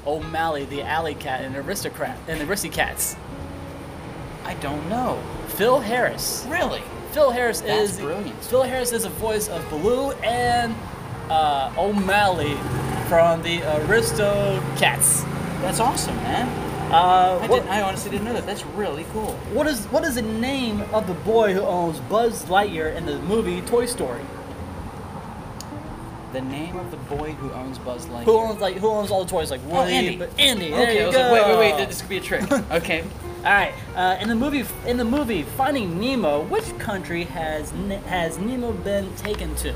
[SPEAKER 8] O'Malley, the alley cat, and aristocrat, and the Aristocats.
[SPEAKER 7] I don't know.
[SPEAKER 8] Phil Harris.
[SPEAKER 7] Really?
[SPEAKER 8] Phil Harris
[SPEAKER 7] That's
[SPEAKER 8] is
[SPEAKER 7] brilliant.
[SPEAKER 8] Phil Harris is the voice of Baloo and uh, O'Malley from the Aristo Cats.
[SPEAKER 7] That's awesome, man.
[SPEAKER 8] Uh,
[SPEAKER 7] I,
[SPEAKER 8] what,
[SPEAKER 7] didn't, I honestly didn't know that. That's really cool.
[SPEAKER 8] what is what is the name of the boy who owns Buzz Lightyear in the movie Toy Story?
[SPEAKER 7] The name of the boy who owns Buzz Lightyear. Oh,
[SPEAKER 8] Who owns like who owns all the toys like Woody?
[SPEAKER 7] Andy.
[SPEAKER 8] But Andy. there
[SPEAKER 7] Okay,
[SPEAKER 8] you
[SPEAKER 7] I was
[SPEAKER 8] go.
[SPEAKER 7] like, wait, wait, wait. This could be a
[SPEAKER 8] <laughs>
[SPEAKER 7] trick. okay.
[SPEAKER 8] All right. Uh, in the movie in the movie Finding Nemo, which country has Ne- has Nemo been taken to?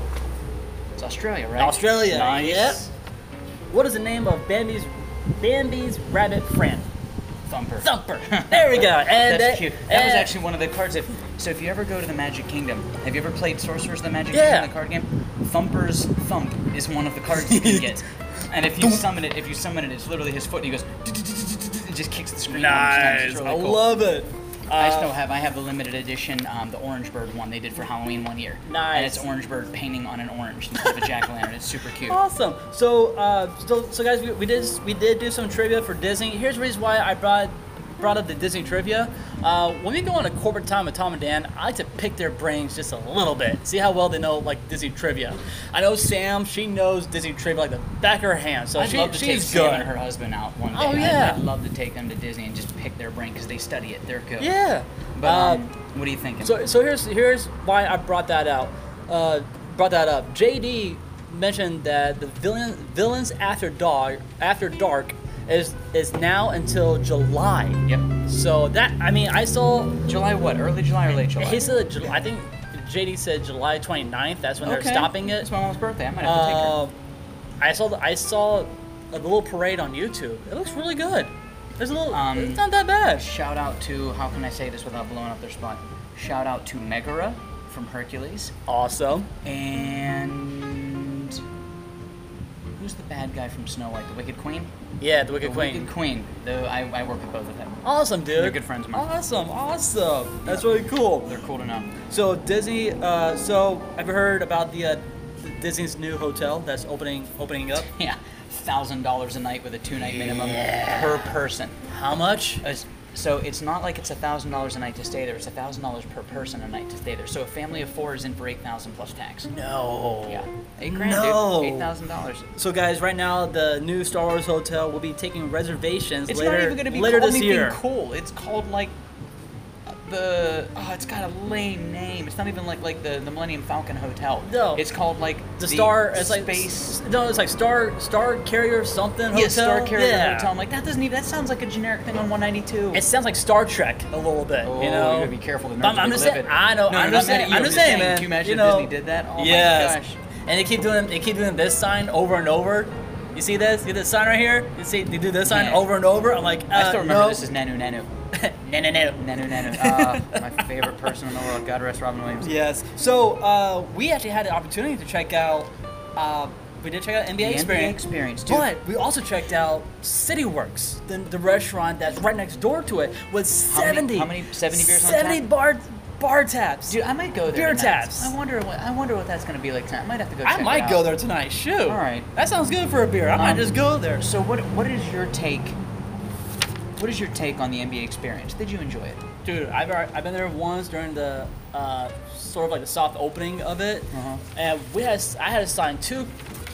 [SPEAKER 7] It's Australia, right?
[SPEAKER 8] Australia,
[SPEAKER 7] Nice.
[SPEAKER 8] yep. What is the name of Bambi's Bambi's rabbit friend?
[SPEAKER 7] Thumper.
[SPEAKER 8] Thumper. <laughs> There we go. And
[SPEAKER 7] That's
[SPEAKER 8] that-
[SPEAKER 7] cute. That was
[SPEAKER 8] and-
[SPEAKER 7] actually one of the cards. If so, if you ever go to the Magic Kingdom, have you ever played Sorcerer's the Magic
[SPEAKER 8] Yeah.
[SPEAKER 7] Kingdom, the card game? Thumper's Thump is one of the cards you
[SPEAKER 8] <laughs>
[SPEAKER 7] can get. And if you summon it, if you summon it, it's literally his foot. and He goes, <laughs> it just kicks the screen.
[SPEAKER 8] nice.
[SPEAKER 7] It's really
[SPEAKER 8] I
[SPEAKER 7] cool.
[SPEAKER 8] love it. Uh,
[SPEAKER 7] I still have. I have the limited edition, um, the Orange Bird one they did for Halloween one year. And it's
[SPEAKER 8] Nice.
[SPEAKER 7] Orange Bird painting on an orange instead of a jack o' lantern. It's super cute.
[SPEAKER 8] Awesome. So, uh, so, so guys, we, we did we did do some trivia for Disney. Here's the reason why I brought brought up the Disney trivia. Uh, when we go on a corporate time with Tom and Dan, I like to pick their brains just a little bit, see how well they know like Disney trivia. I know Sam; she knows Disney trivia like the back of her hand, so
[SPEAKER 7] I'd
[SPEAKER 8] she,
[SPEAKER 7] love to take
[SPEAKER 8] she's
[SPEAKER 7] Sam
[SPEAKER 8] good.
[SPEAKER 7] and her husband out one day.
[SPEAKER 8] Oh,
[SPEAKER 7] I'd-
[SPEAKER 8] yeah.
[SPEAKER 7] I'd, love to take them to Disney and just pick their brain because they study it. They're good.
[SPEAKER 8] Yeah.
[SPEAKER 7] But
[SPEAKER 8] Uh,
[SPEAKER 7] um, what are you thinking?
[SPEAKER 8] So, so here's here's why I brought that out. Uh, brought that up. JD mentioned that the villain villains after dark after dark is is now until July.
[SPEAKER 7] yep.
[SPEAKER 8] So that I mean I saw
[SPEAKER 7] July what? Early July or late July?
[SPEAKER 8] he said Ju- I think JD said July 29th. That's when
[SPEAKER 7] Okay.
[SPEAKER 8] they're stopping it.
[SPEAKER 7] It's my mom's birthday. I might have to
[SPEAKER 8] Uh, I saw the, I saw a little parade on YouTube. It looks really good. There's a little.
[SPEAKER 7] Um,
[SPEAKER 8] it's not that
[SPEAKER 7] take her.
[SPEAKER 8] bad.
[SPEAKER 7] Shout out to how can I say this without blowing up their spot? Shout out to Megara from Hercules
[SPEAKER 8] Awesome.
[SPEAKER 7] and Who's the bad guy from Snow White? The Wicked Queen?
[SPEAKER 8] Yeah, the Wicked
[SPEAKER 7] the
[SPEAKER 8] Queen.
[SPEAKER 7] Wicked Queen. Though I, I work with both of them.
[SPEAKER 8] Awesome, dude.
[SPEAKER 7] They're good friends of mine.
[SPEAKER 8] Awesome, awesome. That's really cool.
[SPEAKER 7] They're cool to know.
[SPEAKER 8] So Disney. Uh, so have you heard about the uh, Disney's new hotel that's opening opening up?
[SPEAKER 7] Yeah. Thousand dollars a night with a two night minimum per person.
[SPEAKER 8] How much?
[SPEAKER 7] As- So it's not like it's a thousand dollars a night to stay there. It's a thousand dollars per person a night to stay there. So a family of four is in for eight thousand plus tax.
[SPEAKER 8] No.
[SPEAKER 7] Yeah, eight grand,
[SPEAKER 8] No.
[SPEAKER 7] dude. Eight thousand dollars.
[SPEAKER 8] So guys, right now the new Star Wars hotel will be taking reservations
[SPEAKER 7] It's
[SPEAKER 8] later
[SPEAKER 7] not even gonna be
[SPEAKER 8] later
[SPEAKER 7] called
[SPEAKER 8] this
[SPEAKER 7] anything
[SPEAKER 8] year.
[SPEAKER 7] cool. It's called like the oh, it's got a lame name. It's not even like like the, the Millennium Falcon Hotel.
[SPEAKER 8] No.
[SPEAKER 7] it's called like
[SPEAKER 8] The, Star. It's like
[SPEAKER 7] Space.
[SPEAKER 8] No, it's like Star Star Carrier something hotel.
[SPEAKER 7] yeah, Star Carrier
[SPEAKER 8] Yeah.
[SPEAKER 7] Hotel. I'm like that doesn't even that sounds like a generic thing on 192.
[SPEAKER 8] It sounds like Star Trek a little bit,
[SPEAKER 7] Oh,
[SPEAKER 8] you know.
[SPEAKER 7] gotta be careful. The nerds
[SPEAKER 8] I'm, I'm
[SPEAKER 7] that
[SPEAKER 8] just
[SPEAKER 7] live
[SPEAKER 8] saying.
[SPEAKER 7] it.
[SPEAKER 8] I know.
[SPEAKER 7] No,
[SPEAKER 8] I'm
[SPEAKER 7] no,
[SPEAKER 8] just
[SPEAKER 7] not
[SPEAKER 8] saying.
[SPEAKER 7] you,
[SPEAKER 8] I'm just saying, man.
[SPEAKER 7] Can you imagine
[SPEAKER 8] you know,
[SPEAKER 7] if Disney did that? Oh
[SPEAKER 8] yes.
[SPEAKER 7] my gosh.
[SPEAKER 8] And they keep doing. They keep doing this sign over and over. You see this? You see this sign right here? You see? They do this sign
[SPEAKER 7] Yeah.
[SPEAKER 8] over and over. I'm like, uh,
[SPEAKER 7] I still remember
[SPEAKER 8] no.
[SPEAKER 7] this
[SPEAKER 8] <laughs>
[SPEAKER 7] is Nanu Nanu.
[SPEAKER 8] no, no, no.
[SPEAKER 7] Nanu
[SPEAKER 8] <laughs>
[SPEAKER 7] Nanu. Uh, my favorite person in the world. God rest Robin Williams.
[SPEAKER 8] Yes. So uh, we actually had an opportunity to check out. Uh, we did check out NBA
[SPEAKER 7] NBA
[SPEAKER 8] experience.
[SPEAKER 7] Experience, dude.
[SPEAKER 8] But we also checked out CityWorks, the, the restaurant that's right next door to it, with
[SPEAKER 7] How many-
[SPEAKER 8] 70.
[SPEAKER 7] how many- 70 beers on
[SPEAKER 8] 70
[SPEAKER 7] tap?
[SPEAKER 8] bar bar taps.
[SPEAKER 7] Dude, I might go there.
[SPEAKER 8] Beer
[SPEAKER 7] tonight.
[SPEAKER 8] taps.
[SPEAKER 7] I wonder what I wonder what that's gonna be like tonight. I might have to go.
[SPEAKER 8] I
[SPEAKER 7] check it
[SPEAKER 8] might
[SPEAKER 7] out.
[SPEAKER 8] go there tonight. Shoot.
[SPEAKER 7] All right.
[SPEAKER 8] That sounds good for a beer. I might
[SPEAKER 7] Um,
[SPEAKER 8] just go there.
[SPEAKER 7] So what what is your take? What is your take on the NBA experience? Did you enjoy it?
[SPEAKER 8] Dude, I've, alre- I've been there once during the uh, sort of like the soft opening of it,
[SPEAKER 7] Uh-huh.
[SPEAKER 8] and we had I had to sign two,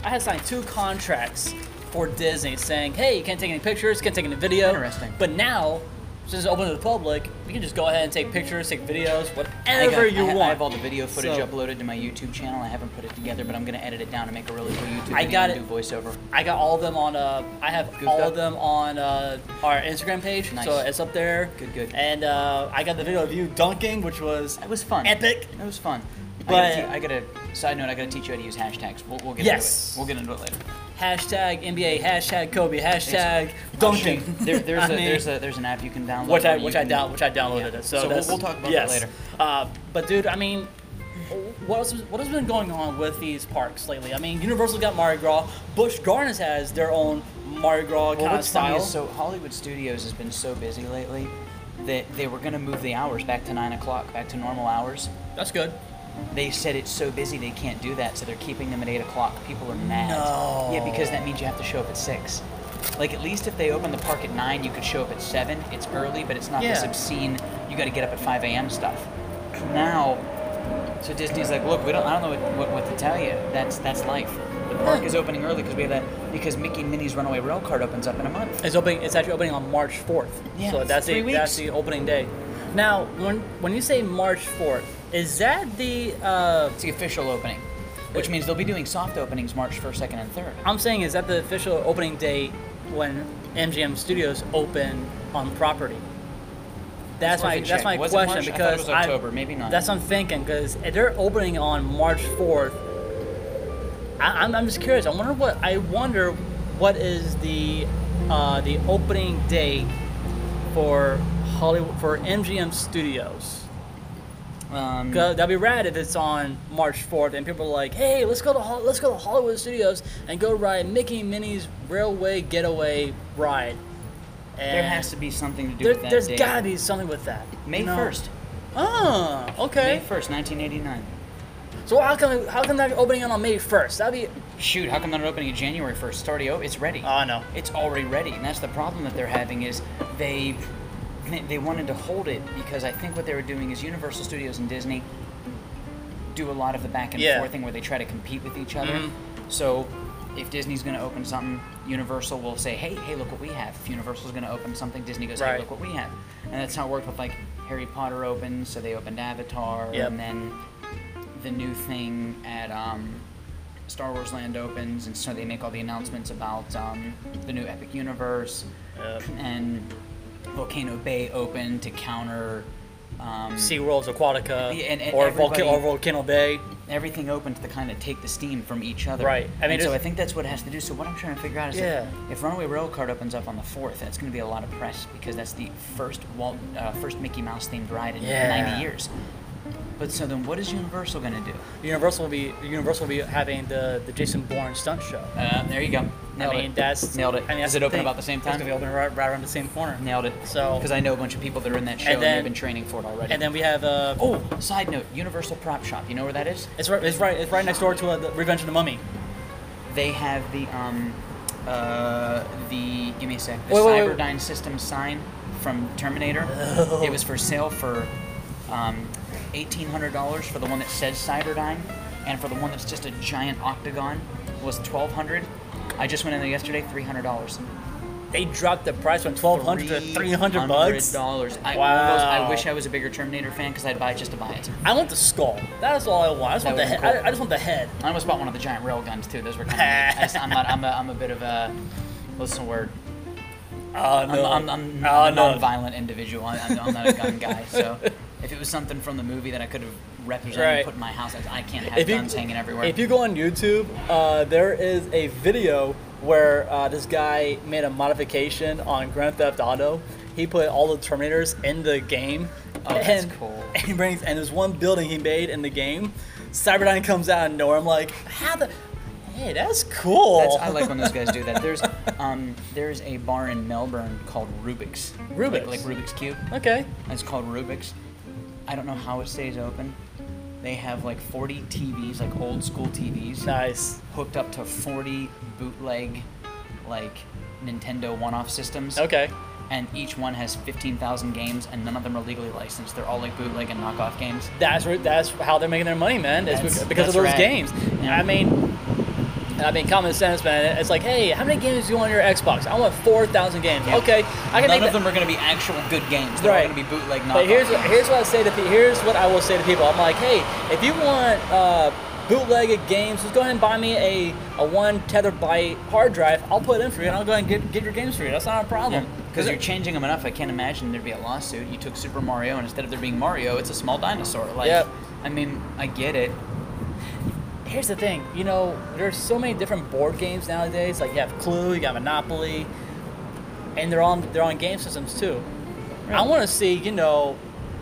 [SPEAKER 8] I had to sign two contracts for Disney saying, hey, you can't take any pictures, can't take any video.
[SPEAKER 7] Interesting.
[SPEAKER 8] But now, since it's open to the public, you can just go ahead and take pictures, take videos, whatever
[SPEAKER 7] I got-
[SPEAKER 8] you
[SPEAKER 7] I, ha-
[SPEAKER 8] want.
[SPEAKER 7] I have all the video footage
[SPEAKER 8] So-
[SPEAKER 7] uploaded to my YouTube channel. I haven't put it together, but I'm gonna edit it down and make a really cool YouTube.
[SPEAKER 8] I
[SPEAKER 7] video
[SPEAKER 8] got
[SPEAKER 7] and
[SPEAKER 8] it.
[SPEAKER 7] Do voiceover.
[SPEAKER 8] I got all of them on. Uh, I have
[SPEAKER 7] Good
[SPEAKER 8] all
[SPEAKER 7] stuff.
[SPEAKER 8] of them on uh, our Instagram page,
[SPEAKER 7] Nice.
[SPEAKER 8] so it's up there.
[SPEAKER 7] Good, good.
[SPEAKER 8] And uh, I got the video of you dunking, which was
[SPEAKER 7] It was fun.
[SPEAKER 8] epic.
[SPEAKER 7] It was fun.
[SPEAKER 8] But-
[SPEAKER 7] I got to side note. I got to teach you how to use hashtags. We'll, we'll get into
[SPEAKER 8] Yes.
[SPEAKER 7] it. We'll get into it later.
[SPEAKER 8] Hashtag NBA. Hashtag Kobe. Hashtag
[SPEAKER 7] I'll show you.
[SPEAKER 8] dunking.
[SPEAKER 7] Oh, There,
[SPEAKER 8] <laughs>
[SPEAKER 7] there's,
[SPEAKER 8] I
[SPEAKER 7] a
[SPEAKER 8] mean,
[SPEAKER 7] there's a there's an app you can download.
[SPEAKER 8] which I
[SPEAKER 7] where you
[SPEAKER 8] which I
[SPEAKER 7] can-
[SPEAKER 8] down which I downloaded
[SPEAKER 7] yeah.
[SPEAKER 8] it.
[SPEAKER 7] So
[SPEAKER 8] So,
[SPEAKER 7] we'll-
[SPEAKER 8] that's,
[SPEAKER 7] we'll talk about that
[SPEAKER 8] yes.
[SPEAKER 7] later.
[SPEAKER 8] Uh, but dude, I mean. What else, what has been going on with these parks lately? I mean, Universal got Mardi Gras. Busch Gardens has their own Mardi Gras
[SPEAKER 7] Well,
[SPEAKER 8] kind of
[SPEAKER 7] what's funny
[SPEAKER 8] style.
[SPEAKER 7] is so Hollywood Studios has been so busy lately that they were going to move the hours back to nine o'clock, back to normal hours.
[SPEAKER 8] That's good.
[SPEAKER 7] They said it's so busy they can't do that, so they're keeping them at eight o'clock. People are mad.
[SPEAKER 8] No.
[SPEAKER 7] Yeah, because that means you have to show up at six. Like at least if they open the park at nine, you could show up at seven. It's early, but it's not this
[SPEAKER 8] Yeah.
[SPEAKER 7] obscene. You got to get up at five a.m. stuff. Now, so Disney's like, look, we don't. I don't know what, what, what to tell you. That's that's life. The park
[SPEAKER 8] Huh.
[SPEAKER 7] is opening early because we have that because Mickey and Minnie's Runaway Rail Card opens up in a month.
[SPEAKER 8] It's opening. It's actually opening on March fourth.
[SPEAKER 7] Yeah,
[SPEAKER 8] So that's
[SPEAKER 7] three
[SPEAKER 8] the that's
[SPEAKER 7] weeks.
[SPEAKER 8] the opening day. Now, when when you say March fourth, is that the uh,
[SPEAKER 7] It's the official opening, which means they'll be doing soft openings March 1st, 2nd, and 3rd.
[SPEAKER 8] I'm saying is that the official opening date when MGM Studios open on property? That's
[SPEAKER 7] It's worth
[SPEAKER 8] my
[SPEAKER 7] a
[SPEAKER 8] that's
[SPEAKER 7] check.
[SPEAKER 8] my
[SPEAKER 7] Was it
[SPEAKER 8] question
[SPEAKER 7] March? I thought it
[SPEAKER 8] because
[SPEAKER 7] was October, maybe not.
[SPEAKER 8] That's what I'm thinking because they're opening on March fourth. I'm, I'm just curious. I wonder what I wonder what is the uh, the opening date for Hollywood for MGM Studios.
[SPEAKER 7] Um,
[SPEAKER 8] 'Cause That'd be rad if it's on March 4th and people are like, "Hey, let's go to Hol- let's go to Hollywood Studios and go ride Mickey and Minnie's Railway Getaway ride." And
[SPEAKER 7] there has to be something to do
[SPEAKER 8] There,
[SPEAKER 7] with that
[SPEAKER 8] has
[SPEAKER 7] date.
[SPEAKER 8] gotta be something with that.
[SPEAKER 7] May
[SPEAKER 8] you know?
[SPEAKER 7] 1st.
[SPEAKER 8] Oh, okay.
[SPEAKER 7] May 1st, 1989.
[SPEAKER 8] So how come how come they're opening it on May 1st? That'd be
[SPEAKER 7] Shoot, how come they're not opening it January 1st? It's already, o- it's ready.
[SPEAKER 8] oh no.
[SPEAKER 7] it's already ready, and that's the problem that they're having is they they wanted to hold it because I think what they were doing is Universal Studios and Disney do a lot of the back and
[SPEAKER 8] Yeah. Mm-hmm.
[SPEAKER 7] forth thing where they try to compete with each other. So if Disney's going to open something, Universal will say, "Hey, hey, look what we have." If Universal's going to open something, Disney goes, "Hey,
[SPEAKER 8] Right.
[SPEAKER 7] look what we have." And that's how it worked with like Harry Potter opened, so they opened Avatar,
[SPEAKER 8] Yep.
[SPEAKER 7] and then the new thing at um, Star Wars Land opens, and so they make all the announcements about um, the new Epic Universe, and Volcano Bay open to counter. Um,
[SPEAKER 8] SeaWorld's Aquatica
[SPEAKER 7] Yeah, and- and
[SPEAKER 8] or, Volca-
[SPEAKER 7] everybody-
[SPEAKER 8] or Volcano Bay.
[SPEAKER 7] everything open to the kind of take the steam from each other.
[SPEAKER 8] Right. I
[SPEAKER 7] I
[SPEAKER 8] mean,
[SPEAKER 7] mean, so
[SPEAKER 8] it's-
[SPEAKER 7] I think that's what it has to do. So what I'm trying to figure out is
[SPEAKER 8] Yeah.
[SPEAKER 7] if, if Runaway Railcard opens up on the fourth, that's going to be a lot of press because that's the first Walt, uh, first Mickey Mouse themed ride in
[SPEAKER 8] Yeah.
[SPEAKER 7] 90 years. But so then, what is Universal going to do?
[SPEAKER 8] Universal will be Universal will be having the, the Jason Bourne stunt show.
[SPEAKER 7] Uh, there you go. Nailed
[SPEAKER 8] I mean
[SPEAKER 7] it.
[SPEAKER 8] that's
[SPEAKER 7] nailed it.
[SPEAKER 8] I mean, that's
[SPEAKER 7] Does it open
[SPEAKER 8] thing.
[SPEAKER 7] about the same time?
[SPEAKER 8] It's gonna be open right, right around the same corner.
[SPEAKER 7] Nailed it.
[SPEAKER 8] So-
[SPEAKER 7] because I know a bunch of people that are in that show and,
[SPEAKER 8] then-
[SPEAKER 7] they've been training for it already.
[SPEAKER 8] And then we have uh, oh,
[SPEAKER 7] oh, side note: Universal Prop Shop. You know where that is?
[SPEAKER 8] it's right it's right it's right next door to uh, the Revenge of the Mummy.
[SPEAKER 7] They have the um, uh, the give me a sec. The
[SPEAKER 8] Wait, wait, wait. Oh.
[SPEAKER 7] Cyberdyne system sign from Terminator. It was for sale for um, eighteen hundred dollars for the one that says Cyberdyne, and for the one that's just a giant octagon was twelve hundred. I just went in there yesterday, three hundred dollars.
[SPEAKER 8] They dropped the price from twelve hundred to three hundred bucks.
[SPEAKER 7] dollars. I,
[SPEAKER 8] Wow.
[SPEAKER 7] almost- I wish I was a bigger Terminator fan because I'd buy it just to buy it.
[SPEAKER 8] I want the skull. That is all I want. I just
[SPEAKER 7] That
[SPEAKER 8] want the
[SPEAKER 7] would
[SPEAKER 8] head.
[SPEAKER 7] be cool.
[SPEAKER 8] I, I just want the head.
[SPEAKER 7] I almost bought one of the giant rail guns too. Those were kind of. I just, I'm not. I'm a, I'm a bit of a. What's the word?
[SPEAKER 8] Oh
[SPEAKER 7] I'm,
[SPEAKER 8] no!
[SPEAKER 7] I'm, I'm,
[SPEAKER 8] oh
[SPEAKER 7] I'm
[SPEAKER 8] no!
[SPEAKER 7] a non-violent individual. I- I'm, I'm not a gun guy. So if it was something from the movie that I could have represented
[SPEAKER 8] Right.
[SPEAKER 7] and put in my house, I, I can't have
[SPEAKER 8] if you,
[SPEAKER 7] guns hanging everywhere.
[SPEAKER 8] if you go on YouTube, uh, there is a video where uh, this guy made a modification on Grand Theft Auto. He put all the Terminators in the game.
[SPEAKER 7] Oh, that's
[SPEAKER 8] and,
[SPEAKER 7] cool.
[SPEAKER 8] And <laughs> he brings and there's one building he made in the game. Cyberdyne comes out of nowhere. I'm like, how the? Hey, that's cool.
[SPEAKER 7] That's, I like when those guys do that. There's um, there's a bar in Melbourne called Rubik's.
[SPEAKER 8] Rubik's.
[SPEAKER 7] Like, like Rubik's Cube.
[SPEAKER 8] okay.
[SPEAKER 7] It's called Rubik's. I don't know how it stays open. They have like 40 TVs, like old school TVs.
[SPEAKER 8] Nice.
[SPEAKER 7] hooked up to 40 bootleg, like Nintendo one-off systems.
[SPEAKER 8] Okay.
[SPEAKER 7] And each one has 15,000 games, and none of them are legally licensed. They're all like bootleg and knockoff games.
[SPEAKER 8] that's where- that's how they're making their money, man. It's
[SPEAKER 7] That's-
[SPEAKER 8] beca- because of
[SPEAKER 7] that's right.
[SPEAKER 8] those games.
[SPEAKER 7] Yeah.
[SPEAKER 8] I mean, I mean, common sense, man. It's like, hey, how many games do you want on your Xbox? I want four thousand games. Okay, I can
[SPEAKER 7] none
[SPEAKER 8] make
[SPEAKER 7] of
[SPEAKER 8] that.
[SPEAKER 7] them are going to be actual good games. They're
[SPEAKER 8] Right.
[SPEAKER 7] all going to be bootleg knockoff.
[SPEAKER 8] But here's what,
[SPEAKER 7] games.
[SPEAKER 8] here's what I say to people. Here's what I will say to people. I'm like, hey, if you want uh, bootlegged games, just go ahead and buy me a, a one terabyte hard drive. I'll put it in for you, and I'll go ahead and get, get your games for you. That's not a problem.
[SPEAKER 7] Because you're changing them enough, I can't imagine there'd be a lawsuit. You took Super Mario, and instead of there being Mario, it's a small dinosaur. Like,
[SPEAKER 8] Yep.
[SPEAKER 7] I mean, I get it.
[SPEAKER 8] Here's the thing, you know, there's so many different board games nowadays. Like you have Clue, you got Monopoly, and they're on they're on game systems too. I want to see, you know,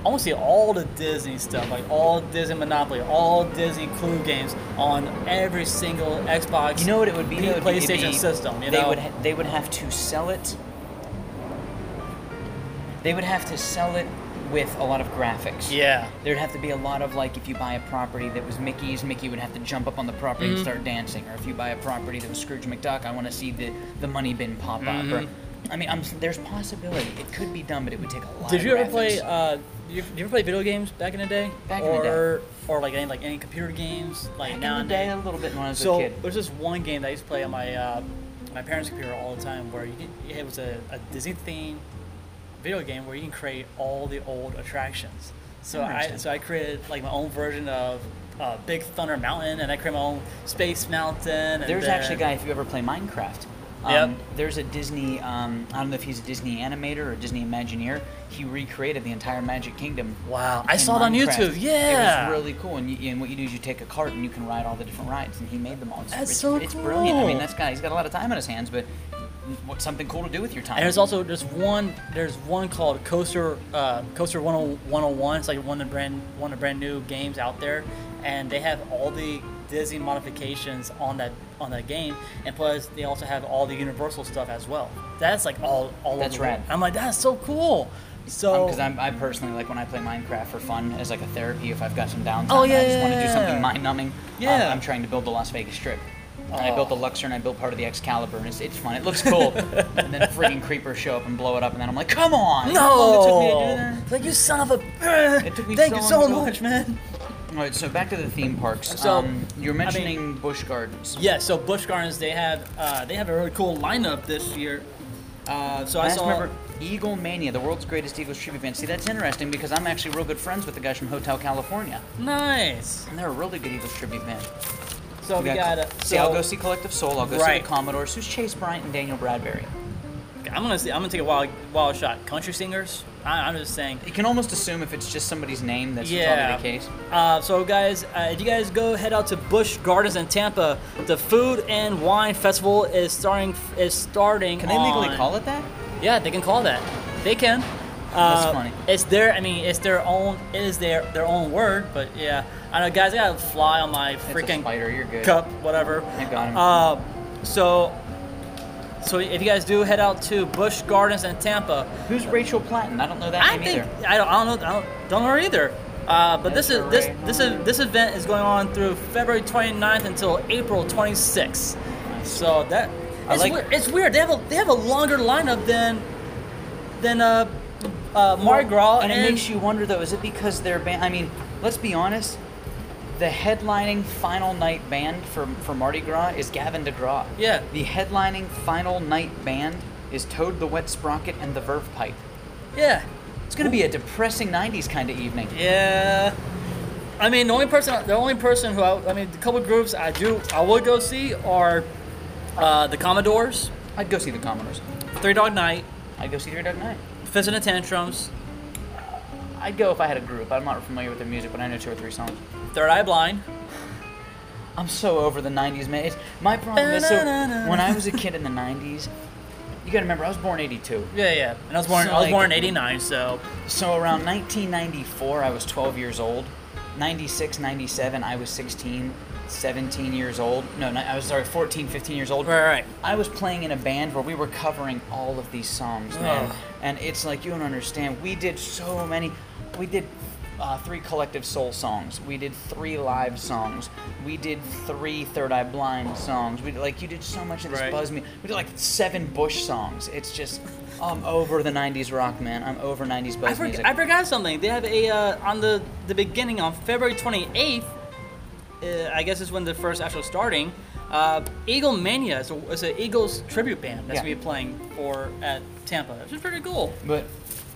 [SPEAKER 8] I want to see all the Disney stuff, like all Disney Monopoly, all Disney Clue games on every single Xbox.
[SPEAKER 7] You know what it would be?
[SPEAKER 8] the
[SPEAKER 7] It would be-
[SPEAKER 8] PlayStation
[SPEAKER 7] it'd be-
[SPEAKER 8] system. You
[SPEAKER 7] they
[SPEAKER 8] know,
[SPEAKER 7] would ha- they would have to sell it. They would have to sell it with a lot of graphics.
[SPEAKER 8] yeah,
[SPEAKER 7] There'd have to be a lot of like if you buy a property that was Mickey's, Mickey would have to jump up on the property
[SPEAKER 8] Mm-hmm.
[SPEAKER 7] and start dancing, or if you buy a property that was Scrooge McDuck, I want to see the the money bin pop
[SPEAKER 8] Mm-hmm.
[SPEAKER 7] up. Or, I mean, I'm, there's possibility. It could be done, but it would take a lot.
[SPEAKER 8] Did
[SPEAKER 7] of
[SPEAKER 8] you ever play?
[SPEAKER 7] graphics.
[SPEAKER 8] Uh, did you, did you ever play video games back in the day?
[SPEAKER 7] Back in the
[SPEAKER 8] or,
[SPEAKER 7] day.
[SPEAKER 8] Or like any like any computer games, like
[SPEAKER 7] Back
[SPEAKER 8] now
[SPEAKER 7] in
[SPEAKER 8] and
[SPEAKER 7] the day
[SPEAKER 8] then?
[SPEAKER 7] a little bit when I was
[SPEAKER 8] So
[SPEAKER 7] a kid?
[SPEAKER 8] there's this one game that I used to play on my uh, my parents' computer all the time, where you can, it was a, a Disney themed video game where you can create all the old attractions. So I
[SPEAKER 7] Interesting.
[SPEAKER 8] so I created like my own version of uh, Big Thunder Mountain, and I created my own Space Mountain. And
[SPEAKER 7] There's
[SPEAKER 8] then-
[SPEAKER 7] actually a guy if you ever play Minecraft. Um,
[SPEAKER 8] Yep.
[SPEAKER 7] There's a Disney. Um, I don't know if he's a Disney animator or Disney Imagineer. He recreated the entire Magic Kingdom.
[SPEAKER 8] Wow, I
[SPEAKER 7] in
[SPEAKER 8] saw it on
[SPEAKER 7] Minecraft.
[SPEAKER 8] YouTube. Yeah,
[SPEAKER 7] it was really cool. And, you, and what you do is you take a cart and you can ride all the different rides. And he made them all. It's,
[SPEAKER 8] That's
[SPEAKER 7] it's,
[SPEAKER 8] so
[SPEAKER 7] It's brilliant. I mean,
[SPEAKER 8] cool.
[SPEAKER 7] that's guy. He's got a lot of time on his hands, but what's something cool to do with your time?
[SPEAKER 8] And there's also there's one there's one called Coaster uh, Coaster 101. It's like one of the brand one of the brand new games out there, and they have all the Disney modifications on that on that game, and plus they also have all the Universal stuff as well. That's like all all
[SPEAKER 7] That's
[SPEAKER 8] over the world.
[SPEAKER 7] rad.
[SPEAKER 8] I'm like that's so cool. So
[SPEAKER 7] because I personally like when I play Minecraft for fun as like a therapy if I've got some downtime.
[SPEAKER 8] Oh,
[SPEAKER 7] and
[SPEAKER 8] yeah,
[SPEAKER 7] I just want to
[SPEAKER 8] yeah,
[SPEAKER 7] do
[SPEAKER 8] yeah.
[SPEAKER 7] something mind numbing.
[SPEAKER 8] Yeah. Oh.
[SPEAKER 7] I'm trying to build the Las Vegas Strip. And I built the Luxor and I built part of the Excalibur and it's, it's fun. It looks
[SPEAKER 8] <laughs>
[SPEAKER 7] cool. and then freaking creepers show up and blow it up and then I'm like, come on!
[SPEAKER 8] no,
[SPEAKER 7] How long it took me to do that?
[SPEAKER 8] like you son of a. <laughs> It
[SPEAKER 7] took me
[SPEAKER 8] Thank
[SPEAKER 7] so
[SPEAKER 8] you so
[SPEAKER 7] long to do
[SPEAKER 8] much,
[SPEAKER 7] it.
[SPEAKER 8] man.
[SPEAKER 7] All right, so back to the theme parks.
[SPEAKER 8] So,
[SPEAKER 7] um, you're
[SPEAKER 8] mean-
[SPEAKER 7] mentioning Bush Gardens.
[SPEAKER 8] Yeah, so Busch Gardens they have uh, they have a really cool lineup this year. Uh, so I,
[SPEAKER 7] Last
[SPEAKER 8] saw
[SPEAKER 7] remember Eagle Mania, the world's greatest Eagles tribute band. See, that's interesting because I'm actually real good friends with the guys from Hotel California,
[SPEAKER 8] nice.
[SPEAKER 7] and they're a really good Eagles tribute band.
[SPEAKER 8] So we
[SPEAKER 7] We
[SPEAKER 8] got,
[SPEAKER 7] got-
[SPEAKER 8] uh,
[SPEAKER 7] see, I'll
[SPEAKER 8] so-
[SPEAKER 7] go see Collective Soul. I'll go see
[SPEAKER 8] Right.
[SPEAKER 7] the Commodores. Who's Chase Bryant and Daniel Bradbury?
[SPEAKER 8] I'm gonna see, I'm gonna take a wild wild shot. Country singers. I, I'm just saying.
[SPEAKER 7] You can almost assume if it's just somebody's name, that's
[SPEAKER 8] Yeah.
[SPEAKER 7] probably the case.
[SPEAKER 8] Uh, so guys, uh, if you guys go head out to Busch Gardens in Tampa, the Food and Wine Festival is starting is starting.
[SPEAKER 7] Can they legally call it that?
[SPEAKER 8] Yeah, they can call that. They can. Uh,
[SPEAKER 7] That's funny.
[SPEAKER 8] It's their, I mean, it's their own, it is their their own word, but yeah. I know, guys. I got a fly on my
[SPEAKER 7] It's
[SPEAKER 8] freaking
[SPEAKER 7] a spider. You're good.
[SPEAKER 8] cup, whatever.
[SPEAKER 7] I got him.
[SPEAKER 8] Uh, so, so if you guys do head out to Bush Gardens in Tampa,
[SPEAKER 7] Who's Rachel Platten? I don't know that
[SPEAKER 8] I
[SPEAKER 7] name
[SPEAKER 8] think
[SPEAKER 7] either.
[SPEAKER 8] I don't, I don't know I don't, don't know her either. Uh, but this is
[SPEAKER 7] That's
[SPEAKER 8] this
[SPEAKER 7] right.
[SPEAKER 8] this is this event is going on through February 29th until April 26th. So that
[SPEAKER 7] I
[SPEAKER 8] it's,
[SPEAKER 7] like-
[SPEAKER 8] weird. it's weird. They have a they have a longer lineup than than uh, uh, Mardi Gras
[SPEAKER 7] and, it makes you wonder though, is it because their band? I mean, let's be honest. The headlining final night band for for Mardi Gras is Gavin DeGraw.
[SPEAKER 8] Yeah.
[SPEAKER 7] The headlining final night band is Toad the Wet Sprocket and the Verve Pipe.
[SPEAKER 8] yeah
[SPEAKER 7] It's gonna be a depressing '90s kind of evening.
[SPEAKER 8] yeah. I mean the only person the only person who I, I mean the couple groups I do I would go see are uh, the Commodores,
[SPEAKER 7] I'd go see the Commodores.
[SPEAKER 8] Three Dog Night,
[SPEAKER 7] I'd go see Three Dog Night.
[SPEAKER 8] Fizz and the Tantrums,
[SPEAKER 7] I'd go if I had a group. I'm not familiar with their music, but I know two or three songs.
[SPEAKER 8] Third Eye Blind.
[SPEAKER 7] I'm so over the 90s, man. It's, my problem is, so when I was a kid in the 90s, you gotta remember, I was born 82.
[SPEAKER 8] Yeah, yeah. And I was born
[SPEAKER 7] So,
[SPEAKER 8] I was
[SPEAKER 7] like-
[SPEAKER 8] born in '89, so
[SPEAKER 7] So around 1994, I was 12 years old. 96, 97, I was 16, 17 years old. No, no I was sorry, 14, 15 years old.
[SPEAKER 8] Right, right.
[SPEAKER 7] I was playing in a band where we were covering all of these songs, man.
[SPEAKER 8] Ugh.
[SPEAKER 7] And it's like, you don't understand. We did so many. We did uh, three Collective Soul songs. We did three live songs. We did three Third Eye Blind songs. We did, like, you did so much of this
[SPEAKER 8] Right.
[SPEAKER 7] buzz me. We did like seven Bush songs. It's just, I'm over the 90s rock, man. I'm over 90s buzz
[SPEAKER 8] I, forg
[SPEAKER 7] music.
[SPEAKER 8] I forgot something. They have a uh, on the the beginning on February 28th. Uh, I guess is when the first actual starting. Uh, Eagle Mania is a, is a Eagles tribute band that's
[SPEAKER 7] Yeah.
[SPEAKER 8] gonna be playing for at Tampa, which is pretty cool.
[SPEAKER 7] But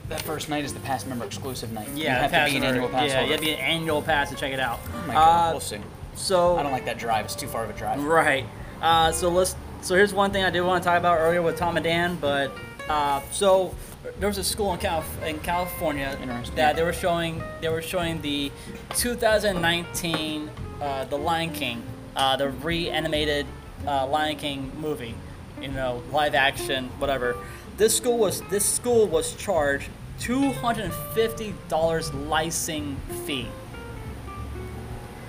[SPEAKER 7] that first night is the past member exclusive night.
[SPEAKER 8] Yeah,
[SPEAKER 7] you have
[SPEAKER 8] pass
[SPEAKER 7] to be an
[SPEAKER 8] holder.
[SPEAKER 7] annual pass
[SPEAKER 8] Yeah,
[SPEAKER 7] holder.
[SPEAKER 8] you have to be an annual pass to check it out.
[SPEAKER 7] Oh my God,
[SPEAKER 8] Uh,
[SPEAKER 7] we'll see.
[SPEAKER 8] so
[SPEAKER 7] I don't like that drive. It's too far of a drive.
[SPEAKER 8] Right. Uh, so let's. So here's one thing I did want to talk about earlier with Tom and Dan, but uh, so there was a school in Calif- in California
[SPEAKER 7] Interesting.
[SPEAKER 8] that they were showing they were showing the 2019 uh, the Lion King, uh, the reanimated uh, Lion King movie, you know, live action, whatever. This school was this school was charged $250 licensing fee.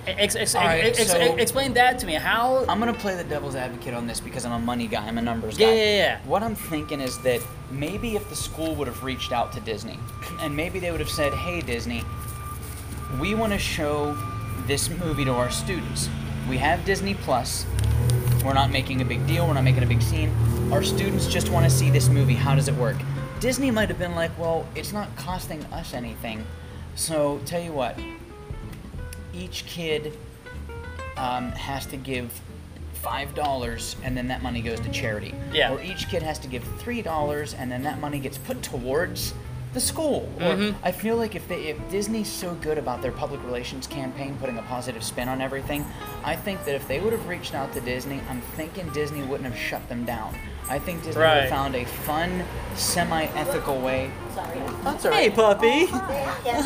[SPEAKER 8] E-, Ex- ex-
[SPEAKER 7] All right,
[SPEAKER 8] ex- ex-
[SPEAKER 7] so-
[SPEAKER 8] explain that to me. How
[SPEAKER 7] I'm gonna play the devil's advocate on this because I'm a money guy. I'm a numbers
[SPEAKER 8] Yeah,
[SPEAKER 7] guy.
[SPEAKER 8] yeah, yeah.
[SPEAKER 7] What I'm thinking is that maybe if the school would have reached out to Disney, and maybe they would have said, "Hey, Disney, we want to show this movie to our students. We have Disney Plus. We're not making a big deal. We're not making a big scene. Our students just want to see this movie. How does it work?" Disney might have been like, "Well, it's not costing us anything. So tell you what, each kid." um, has to give five dollars and then that money goes to charity
[SPEAKER 8] Yeah.
[SPEAKER 7] or each kid has to give three dollars and then that money gets put towards the school or
[SPEAKER 8] Mm-hmm.
[SPEAKER 7] i feel like if they if disney's so good about their public relations campaign putting a positive spin on everything i think that if they would have reached out to disney i'm thinking disney wouldn't have shut them down i think disney would
[SPEAKER 8] Right.
[SPEAKER 7] have found a fun semi-ethical way
[SPEAKER 9] Sorry.
[SPEAKER 7] that's all
[SPEAKER 8] Hey,
[SPEAKER 7] right
[SPEAKER 8] puppy.
[SPEAKER 9] <laughs> Yeah,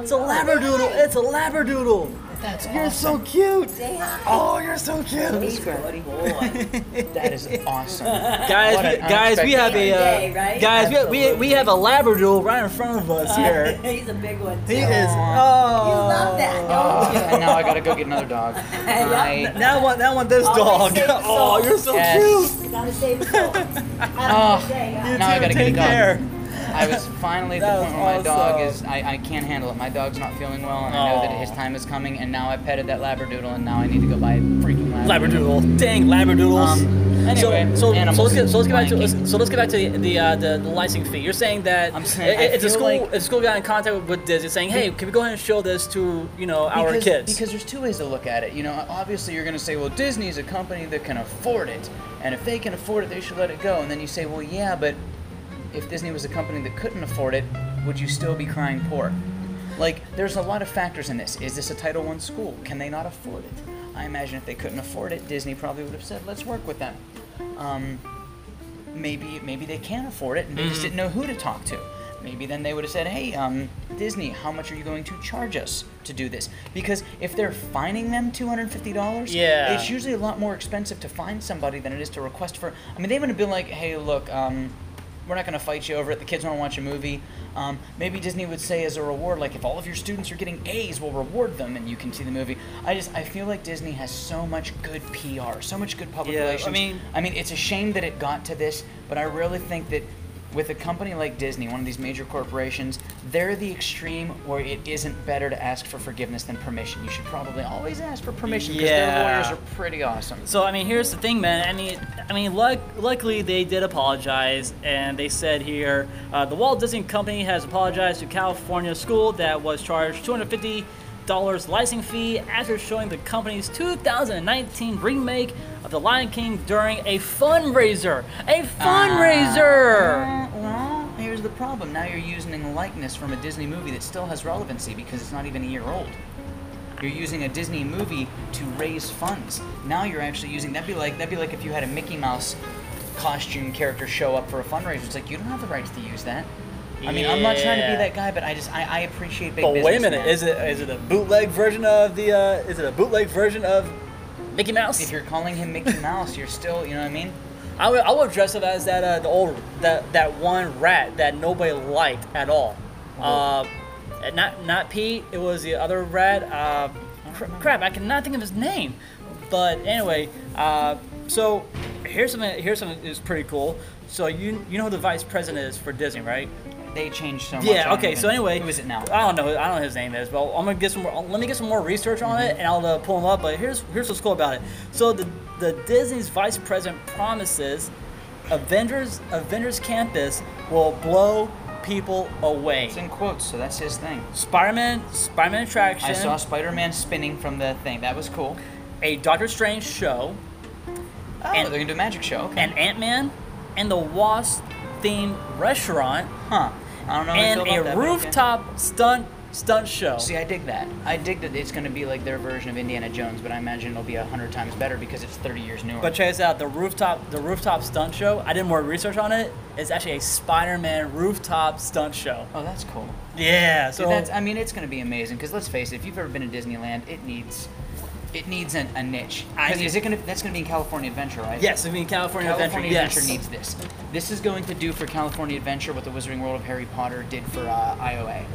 [SPEAKER 8] It's a labradoodle. It's a labradoodle.
[SPEAKER 7] that's
[SPEAKER 8] You're so
[SPEAKER 7] awesome.
[SPEAKER 8] cute.
[SPEAKER 9] say hi.
[SPEAKER 8] Oh, you're so cute.
[SPEAKER 9] He's a good boy.
[SPEAKER 8] <laughs>
[SPEAKER 7] that is awesome
[SPEAKER 8] Guys,
[SPEAKER 7] What
[SPEAKER 8] we,
[SPEAKER 7] an
[SPEAKER 8] <laughs> guys, we have a
[SPEAKER 9] unexpected day,
[SPEAKER 8] uh,
[SPEAKER 9] right? Uh,
[SPEAKER 8] guys, we, we, we have a labradoodle right in front of us here.
[SPEAKER 9] <laughs> He's a big one.
[SPEAKER 8] He
[SPEAKER 9] too.
[SPEAKER 8] is.
[SPEAKER 9] You
[SPEAKER 8] Oh.
[SPEAKER 9] love that, don't you?
[SPEAKER 7] and now <laughs> i gotta go get another
[SPEAKER 9] <laughs>
[SPEAKER 7] dog Bye.
[SPEAKER 8] That one, that one, this dog.
[SPEAKER 9] Always
[SPEAKER 8] <laughs>
[SPEAKER 9] save the
[SPEAKER 8] Oh,
[SPEAKER 9] song.
[SPEAKER 8] you're so
[SPEAKER 7] Yes.
[SPEAKER 8] cute.
[SPEAKER 9] You gotta save his
[SPEAKER 8] <laughs>
[SPEAKER 9] soul. Have a
[SPEAKER 7] Oh,
[SPEAKER 9] good day,
[SPEAKER 8] You
[SPEAKER 9] guys.
[SPEAKER 8] too.
[SPEAKER 7] Now I gotta get a
[SPEAKER 8] Take
[SPEAKER 7] dog.
[SPEAKER 8] care.
[SPEAKER 7] I was finally at the
[SPEAKER 8] That
[SPEAKER 7] point
[SPEAKER 8] was
[SPEAKER 7] where my dog
[SPEAKER 8] awesome.
[SPEAKER 7] is. I, I can't handle it. My dog's not feeling well, and I know that
[SPEAKER 8] Aw.
[SPEAKER 7] his time is coming. And now I petted that labradoodle, and now I need to go buy a freaking labradoodle.
[SPEAKER 8] Labradoodle. Dang, labradoodles.
[SPEAKER 7] Um, anyway,
[SPEAKER 8] so, so, so
[SPEAKER 7] animals.
[SPEAKER 8] let's get so let's get back to
[SPEAKER 7] Lion
[SPEAKER 8] let's- so let's get back to the the, uh, the, the licensing fee. You're saying that
[SPEAKER 7] I'm saying- I
[SPEAKER 8] it's a
[SPEAKER 7] feel
[SPEAKER 8] school
[SPEAKER 7] like-
[SPEAKER 8] if a school got in contact with, with Disney saying, hey, can we go ahead and show this to you know our
[SPEAKER 7] because,
[SPEAKER 8] kids?
[SPEAKER 7] Because there's two ways to look at it. You know, obviously you're gonna say, well, Disney's a company that can afford it, and if they can afford it, they should let it go. And then you say, well, yeah, but if Disney was a company that couldn't afford it, would you still be crying poor? Like, there's a lot of factors in this. Is this a Title One school? Can they not afford it? I imagine if they couldn't afford it, Disney probably would have said, let's work with them. Um, maybe maybe they can afford it and they just didn't know who to talk to. Maybe then they would have said, "Hey, um, Disney, how much are you going to charge us to do this?" Because if they're fining them two hundred fifty dollars,
[SPEAKER 8] Yeah.
[SPEAKER 7] it's usually a lot more expensive to find somebody than it is to request for. I mean, they would have been like, "Hey, look, um, we're not going to fight you over it. The kids want to watch a movie. Um, maybe Disney would say as a reward, like if all of your students are getting A's, we'll reward them and you can see the movie. I just I feel like Disney has so much good PR, so much good public
[SPEAKER 8] Yeah, I
[SPEAKER 7] relations.
[SPEAKER 8] mean-
[SPEAKER 7] I mean, it's a shame that it got to this, but I really think that with a company like Disney, one of these major corporations, they're the extreme where it isn't better to ask for forgiveness than permission. You should probably always ask for permission because
[SPEAKER 8] Yeah.
[SPEAKER 7] their lawyers are pretty awesome.
[SPEAKER 8] So I mean, here's the thing, man. I mean, I mean, luck, luckily they did apologize, and they said here uh, the Walt Disney Company has apologized to California school that was charged 250 dollars licensing fee after showing the company's 2019 remake of The Lion King during a fundraiser. A fundraiser.
[SPEAKER 7] Uh, well, here's the problem. Now you're using a likeness from a Disney movie that still has relevancy because it's not even a year old. You're using a Disney movie to raise funds. Now you're actually using that'd be like that'd be like if you had a Mickey Mouse costume character show up for a fundraiser. It's like you don't have the rights to use that. I mean, I'm not trying to
[SPEAKER 8] Yeah.
[SPEAKER 7] be that guy, but I just I, I appreciate big
[SPEAKER 8] But Oh, wait a
[SPEAKER 7] business,
[SPEAKER 8] minute,
[SPEAKER 7] man.
[SPEAKER 8] is it is it a bootleg version of the? Uh, is it a bootleg version of Mickey Mouse?
[SPEAKER 7] if you're calling him Mickey Mouse, you're still you know what I mean?
[SPEAKER 8] I would, I would dress up as that uh, the old that that one rat that nobody liked at all. Uh, and not not Pete. It was the other rat. Uh, cr- crap, I cannot think of his name. But anyway, uh, so here's something. Here's something that's pretty cool. So you you know who the vice president is for Disney, right?
[SPEAKER 7] They changed so much. I
[SPEAKER 8] Yeah.
[SPEAKER 7] don't
[SPEAKER 8] Okay.
[SPEAKER 7] even-
[SPEAKER 8] So anyway,
[SPEAKER 7] who is it now?
[SPEAKER 8] I don't know. I don't know his name is, but I'm gonna get some more. Let me get some more research on it, and I'll uh, pull him up. But here's here's what's cool about it. So the the Disney's vice president promises Avengers Avengers Campus will blow people away.
[SPEAKER 7] It's in quotes, so that's his thing.
[SPEAKER 8] Spider-Man Spider-Man attraction.
[SPEAKER 7] I saw Spider-Man spinning from the thing. That was cool.
[SPEAKER 8] a Doctor Strange show,
[SPEAKER 7] Oh,
[SPEAKER 8] And-
[SPEAKER 7] they're gonna do a magic show. Okay.
[SPEAKER 8] an Ant-Man, and the Wasp themed restaurant,
[SPEAKER 7] huh. I don't know. how I
[SPEAKER 8] and
[SPEAKER 7] feel about
[SPEAKER 8] a
[SPEAKER 7] that, but okay.
[SPEAKER 8] rooftop stunt stunt show.
[SPEAKER 7] See, I dig that. I dig that it's gonna be like their version of Indiana Jones, but I imagine it'll be a hundred times better because it's thirty years newer.
[SPEAKER 8] But check this out: the rooftop, the rooftop stunt show. I did more research on it. It's actually a Spider-Man rooftop stunt show.
[SPEAKER 7] oh, that's cool.
[SPEAKER 8] Yeah. So
[SPEAKER 7] Dude, that's. I mean, it's gonna be amazing. Because let's face it, if you've ever been to Disneyland, it needs, it needs an, a niche.
[SPEAKER 8] I
[SPEAKER 7] 'Cause
[SPEAKER 8] need-
[SPEAKER 7] is it gonna? That's gonna be in California Adventure, right?
[SPEAKER 8] yes, I mean California,
[SPEAKER 7] California
[SPEAKER 8] Adventure.
[SPEAKER 7] Adventure needs this. This is going to do for California Adventure what the Wizarding World of Harry Potter did for uh, IOA.
[SPEAKER 8] yes.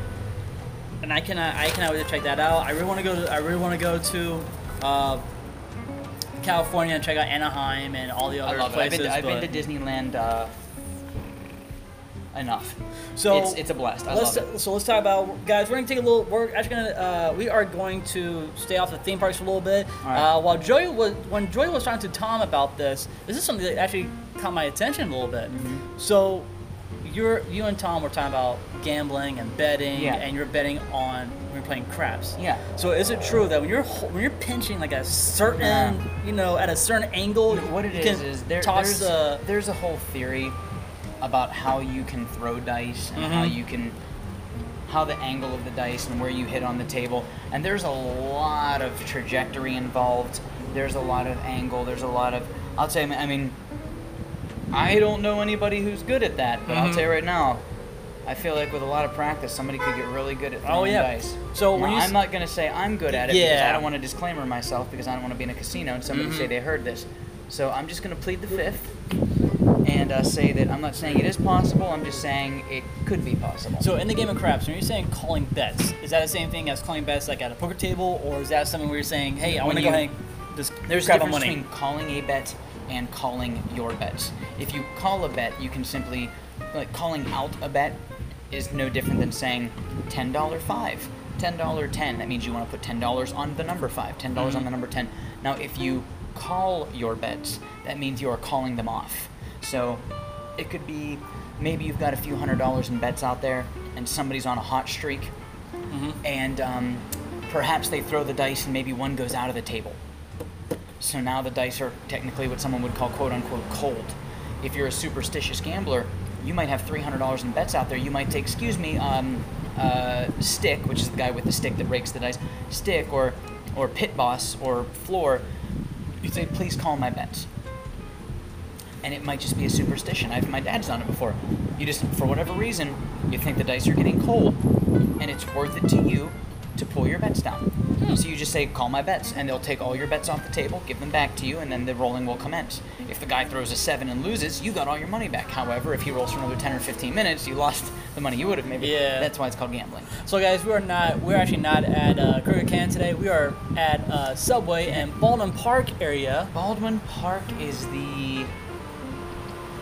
[SPEAKER 8] And I cannot, I cannot wait to check that out. I really want to go. To, I really want to go to uh, California and check out Anaheim and all the
[SPEAKER 7] I
[SPEAKER 8] other
[SPEAKER 7] love it. I've
[SPEAKER 8] places.
[SPEAKER 7] been to, I've been
[SPEAKER 8] but-
[SPEAKER 7] to Disneyland uh, enough.
[SPEAKER 8] So
[SPEAKER 7] it's, it's a blast. I
[SPEAKER 8] let's
[SPEAKER 7] love it.
[SPEAKER 8] so let's talk about guys. We're gonna take a little. We're actually gonna uh, we are going to stay off the theme parks for a little bit.
[SPEAKER 7] right.
[SPEAKER 8] Uh, while Joey was when Joey was talking to Tom about this, this is something that actually caught my attention a little bit.
[SPEAKER 7] Mm-hmm.
[SPEAKER 8] So you're you and Tom were talking about gambling and betting,
[SPEAKER 7] Yeah.
[SPEAKER 8] and you're betting on when you're playing craps.
[SPEAKER 7] Yeah.
[SPEAKER 8] So is it true that when you're ho- when you're pinching like a certain
[SPEAKER 7] Yeah.
[SPEAKER 8] you know at a certain angle,
[SPEAKER 7] What it
[SPEAKER 8] you
[SPEAKER 7] is
[SPEAKER 8] can
[SPEAKER 7] is there,
[SPEAKER 8] toss
[SPEAKER 7] there's,
[SPEAKER 8] the
[SPEAKER 7] there's a whole theory about how you can throw dice and how
[SPEAKER 8] Mm-hmm.
[SPEAKER 7] you can how the angle of the dice and where you hit on the table and there's a lot of trajectory involved there's a lot of angle there's a lot of i'll tell you i mean i don't know anybody who's good at that but
[SPEAKER 8] Mm-hmm.
[SPEAKER 7] i'll tell you right now i feel like with a lot of practice somebody could get really good at throwing
[SPEAKER 8] Oh, yeah.
[SPEAKER 7] dice
[SPEAKER 8] So when
[SPEAKER 7] Now,
[SPEAKER 8] you s-
[SPEAKER 7] i'm not going to say i'm good at it because
[SPEAKER 8] Yeah. Mm-hmm.
[SPEAKER 7] i don't want to disclaimer myself because i don't want to be in a casino and somebody say they heard this so i'm just going to plead the fifth and uh, say that I'm not saying it is possible. I'm just saying it could be possible.
[SPEAKER 8] So in the game of craps, when you're saying calling bets, is that the same thing as calling bets like at a poker table, or is that something where you're saying, hey, I want to
[SPEAKER 7] When
[SPEAKER 8] go
[SPEAKER 7] you-
[SPEAKER 8] ahead and just
[SPEAKER 7] there's a
[SPEAKER 8] grab my
[SPEAKER 7] difference
[SPEAKER 8] money?
[SPEAKER 7] between calling a bet and calling your bets. If you call a bet, you can simply like calling out a bet is no different than saying ten dollar five, ten dollar ten. That means you want to put ten dollars on the number five, ten dollars on the number ten. Now, if you call your bets, that means you are calling them off. So it could be maybe you've got a few hundred dollars in bets out there, and somebody's on a hot streak, and um, perhaps they throw the dice and maybe one goes out of the table. So now the dice are technically what someone would call quote unquote cold. If you're a superstitious gambler, you might have $300 in bets out there. You might take, excuse me, um, uh, stick, which is the guy with the stick that breaks the dice, stick or, or pit boss or floor. You say, please call my bets. And it might just be a superstition. I've, my dad's done it before. You just, for whatever reason, you think the dice are getting cold, and it's worth it to you to pull your bets down.
[SPEAKER 8] Hmm.
[SPEAKER 7] So you just say, call my bets, and they'll take all your bets off the table, give them back to you, and then the rolling will commence. If the guy throws a 7 and loses, you got all your money back. However, if he rolls for another 10 or 15 minutes, you lost <laughs> the money you would have maybe.
[SPEAKER 8] Yeah.
[SPEAKER 7] That's why it's called gambling.
[SPEAKER 8] So guys, we are not. We're actually not at uh, Kruger Can today. We are at uh, Subway in Baldwin Park area.
[SPEAKER 7] Baldwin Park is the.